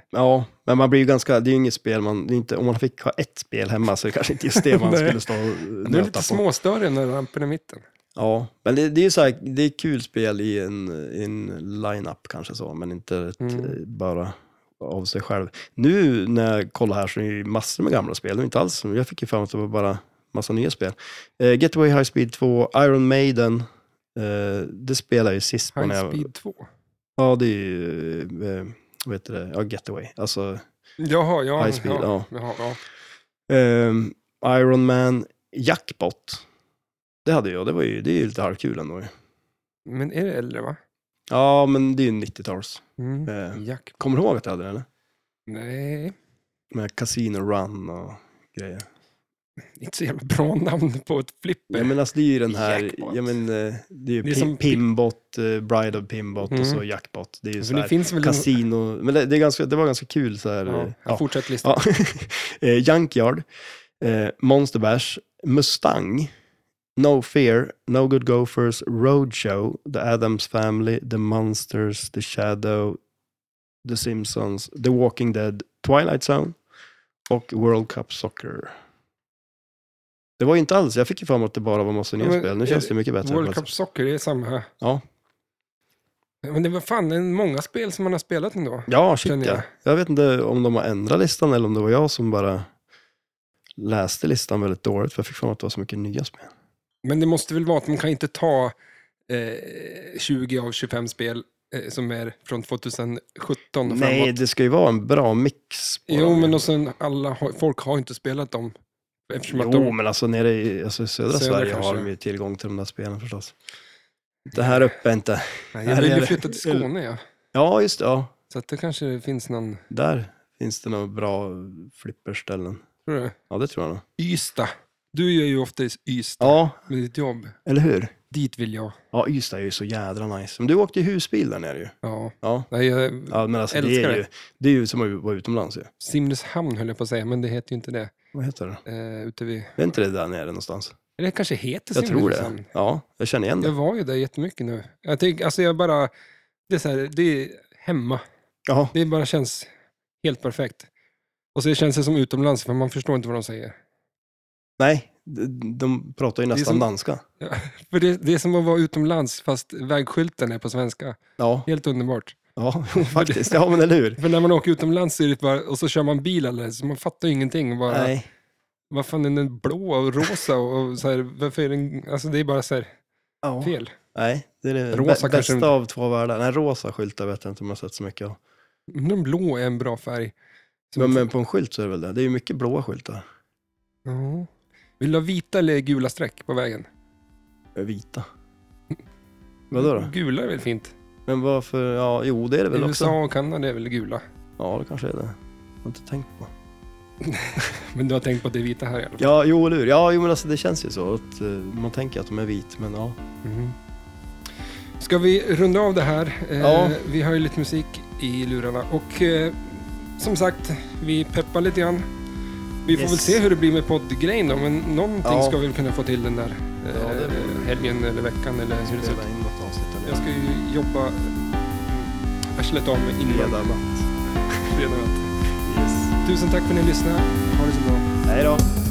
[SPEAKER 2] Ja, men man blir ju ganska, det är ju inget spel man, det är inte, om man fick ha ett spel hemma så är det kanske inte just det man
[SPEAKER 1] Nej.
[SPEAKER 2] skulle stå och eh,
[SPEAKER 1] de är
[SPEAKER 2] nöta
[SPEAKER 1] lite
[SPEAKER 2] på.
[SPEAKER 1] småstörre när rampen är i mitten.
[SPEAKER 2] Ja, men det, det är ju så här, det är kul spel i en, i en line-up kanske så, men inte ett,
[SPEAKER 1] Mm.
[SPEAKER 2] eh, bara av sig själv. Nu när jag kollar här så är det ju massor med gamla spel, det är inte alls, jag fick ju för mig att det var bara massa nya spel. Eh, Getaway High Speed 2, Iron Maiden, eh, det spelade jag ju sist. på
[SPEAKER 1] High
[SPEAKER 2] när jag,
[SPEAKER 1] Speed 2.
[SPEAKER 2] Ja, det är ju, eh, vad heter det, ja, Getaway. Alltså,
[SPEAKER 1] Jaha, ja.
[SPEAKER 2] High Speed,
[SPEAKER 1] ja.
[SPEAKER 2] ja.
[SPEAKER 1] Jaha, ja.
[SPEAKER 2] ehm, Iron Man, Jackpot. Det hade jag, det, var ju, det är ju lite halvkul ändå. ju.
[SPEAKER 1] Men är det äldre, va?
[SPEAKER 2] Ja, men det är ju 90-tals.
[SPEAKER 1] Mm.
[SPEAKER 2] Eh,
[SPEAKER 1] Jack.
[SPEAKER 2] Kommer du ihåg att jag hade det eller?
[SPEAKER 1] Nej,
[SPEAKER 2] Med Casino Run och grejer.
[SPEAKER 1] inte så jävla bra namn på ett flipper.
[SPEAKER 2] Ja men alltså det är ju den här,
[SPEAKER 1] Jackpot.
[SPEAKER 2] ja, men, eh, det är ju
[SPEAKER 1] Det är
[SPEAKER 2] pi-
[SPEAKER 1] som-
[SPEAKER 2] Pimbot, eh, Bride of Pimbot
[SPEAKER 1] Mm.
[SPEAKER 2] och så Jackpot. Det är ju
[SPEAKER 1] För
[SPEAKER 2] så
[SPEAKER 1] det
[SPEAKER 2] här,
[SPEAKER 1] finns väl... en-
[SPEAKER 2] Casino, men det, det, är ganska, det var ganska kul så här. eh,
[SPEAKER 1] Ja,
[SPEAKER 2] Ja.
[SPEAKER 1] Fortsätt lista.
[SPEAKER 2] Ja. Eh, Junkyard, eh, Monster Bash, Mustang, No Fear, No Good Gophers, Roadshow, The Addams Family, The Monsters, The Shadow, The Simpsons, The Walking Dead, Twilight Zone och World Cup Soccer. Det var ju inte alls, jag fick ju för mig att det bara var massa nya
[SPEAKER 1] Ja, men
[SPEAKER 2] spel.
[SPEAKER 1] är
[SPEAKER 2] Nu känns
[SPEAKER 1] det
[SPEAKER 2] det mycket bättre.
[SPEAKER 1] World Cup Soccer är samma.
[SPEAKER 2] Ja.
[SPEAKER 1] Men det var fan det är många spel som man har spelat ändå.
[SPEAKER 2] Ja, shit
[SPEAKER 1] känner
[SPEAKER 2] jag.
[SPEAKER 1] jag.
[SPEAKER 2] jag vet inte om de har ändrat listan eller om det var jag som bara läste listan väldigt dåligt. För jag fick för mig att det var så mycket nya spel.
[SPEAKER 1] Men det måste väl vara att man kan inte ta eh, 20 av 25 spel eh, som är från 2017 och
[SPEAKER 2] Nej,
[SPEAKER 1] framåt.
[SPEAKER 2] det ska ju vara en bra mix. på
[SPEAKER 1] Jo,
[SPEAKER 2] dem.
[SPEAKER 1] men och sen alla, har- folk har inte spelat dem. Eftersom att
[SPEAKER 2] jo,
[SPEAKER 1] de,
[SPEAKER 2] men alltså nere i alltså, i södra,
[SPEAKER 1] Södra
[SPEAKER 2] Sverige har
[SPEAKER 1] kanske.
[SPEAKER 2] de ju tillgång till de där spelen förstås. Det här uppe är inte.
[SPEAKER 1] nej,
[SPEAKER 2] här
[SPEAKER 1] jag vill
[SPEAKER 2] är
[SPEAKER 1] ju
[SPEAKER 2] det.
[SPEAKER 1] flytta till Skåne, ja.
[SPEAKER 2] Ja, just det. Ja.
[SPEAKER 1] Så att det kanske finns någon,
[SPEAKER 2] Där finns det några bra flipperställen.
[SPEAKER 1] tror du?
[SPEAKER 2] Ja, det tror jag nog.
[SPEAKER 1] Ystad. Du gör ju ofta i Ystad
[SPEAKER 2] Ja,
[SPEAKER 1] med ditt jobb.
[SPEAKER 2] eller hur?
[SPEAKER 1] Dit vill jag.
[SPEAKER 2] Ja, Ystad är ju så jädra nice. Men du åkte ju husbil där nere ju.
[SPEAKER 1] Ja.
[SPEAKER 2] Ja.
[SPEAKER 1] Nej, jag,
[SPEAKER 2] Ja, men alltså det
[SPEAKER 1] Älskar
[SPEAKER 2] är
[SPEAKER 1] det.
[SPEAKER 2] ju, det är ju som att vara utomlands ju.
[SPEAKER 1] Simrishamn höll jag på att säga, men det heter ju inte det.
[SPEAKER 2] Vad heter det?
[SPEAKER 1] Eh, ute vid...
[SPEAKER 2] Är inte det där nere någonstans?
[SPEAKER 1] Eller det kanske heter
[SPEAKER 2] Jag tror
[SPEAKER 1] Simrishamn.
[SPEAKER 2] det. Liksom. Ja, jag känner igen
[SPEAKER 1] Jag
[SPEAKER 2] det.
[SPEAKER 1] var ju där jättemycket nu. Jag tycker, alltså jag bara... Det är så här, det är hemma.
[SPEAKER 2] Ja,
[SPEAKER 1] Det bara känns helt perfekt. Och så känns det som utomlands, för man förstår inte vad de säger.
[SPEAKER 2] nej, de- de pratar ju
[SPEAKER 1] är
[SPEAKER 2] nästan
[SPEAKER 1] som-
[SPEAKER 2] danska.
[SPEAKER 1] För det, det är som att vara utomlands fast vägskylten är på svenska.
[SPEAKER 2] Ja,
[SPEAKER 1] Helt underbart.
[SPEAKER 2] ja jo, faktiskt. Ja, men eller hur?
[SPEAKER 1] För när man åker utomlands så är det bara, och så kör man bil alldeles, så man fattar ju ingenting. Bara,
[SPEAKER 2] Nej,
[SPEAKER 1] Vad fan är den blå och rosa och, och så här, varför är den, alltså det är bara så här
[SPEAKER 2] ja.
[SPEAKER 1] fel.
[SPEAKER 2] nej, det är det
[SPEAKER 1] Rosa
[SPEAKER 2] bä-
[SPEAKER 1] kanske
[SPEAKER 2] bästa
[SPEAKER 1] inte.
[SPEAKER 2] av två världar. Nej, rosa skyltar vet jag inte om jag har sett så mycket av.
[SPEAKER 1] Men den blå är en bra färg. Så-
[SPEAKER 2] Men, men på en skylt så är det väl det. Det är ju mycket blåa skyltar.
[SPEAKER 1] Ja. Vill du ha vita eller gula streck på vägen?
[SPEAKER 2] Vita. Vadå då?
[SPEAKER 1] Gula är väl fint?
[SPEAKER 2] Men varför? Ja, jo, det är det väl också.
[SPEAKER 1] USA och Kanada är väl gula?
[SPEAKER 2] Ja, det kanske är det. Jag har inte tänkt på.
[SPEAKER 1] Men du har tänkt på att det är vita här i alla fall?
[SPEAKER 2] Ja, jo, eller hur? Ja, jo, men alltså det känns ju så. Att, eh, man tänker att de är vit, men ja.
[SPEAKER 1] Mhm. Ska vi runda av det här? Eh,
[SPEAKER 2] Ja.
[SPEAKER 1] Vi har ju lite musik i lurarna och eh, som sagt, vi peppar lite grann. Vi får
[SPEAKER 2] Yes.
[SPEAKER 1] väl se hur det blir med poddgrejen då, men någonting
[SPEAKER 2] Ja.
[SPEAKER 1] ska vi väl kunna få till den där eh,
[SPEAKER 2] Ja, det blir det.
[SPEAKER 1] helgen eller veckan eller hur det ser ut.
[SPEAKER 2] in något avsnitt eller?
[SPEAKER 1] Jag ska ju jobba eh, arslet av mig innan
[SPEAKER 2] Fredag natt.
[SPEAKER 1] fredag natt.
[SPEAKER 2] Yes.
[SPEAKER 1] Tusen tack för att ni lyssnade. Ha det så bra.
[SPEAKER 2] Hej då.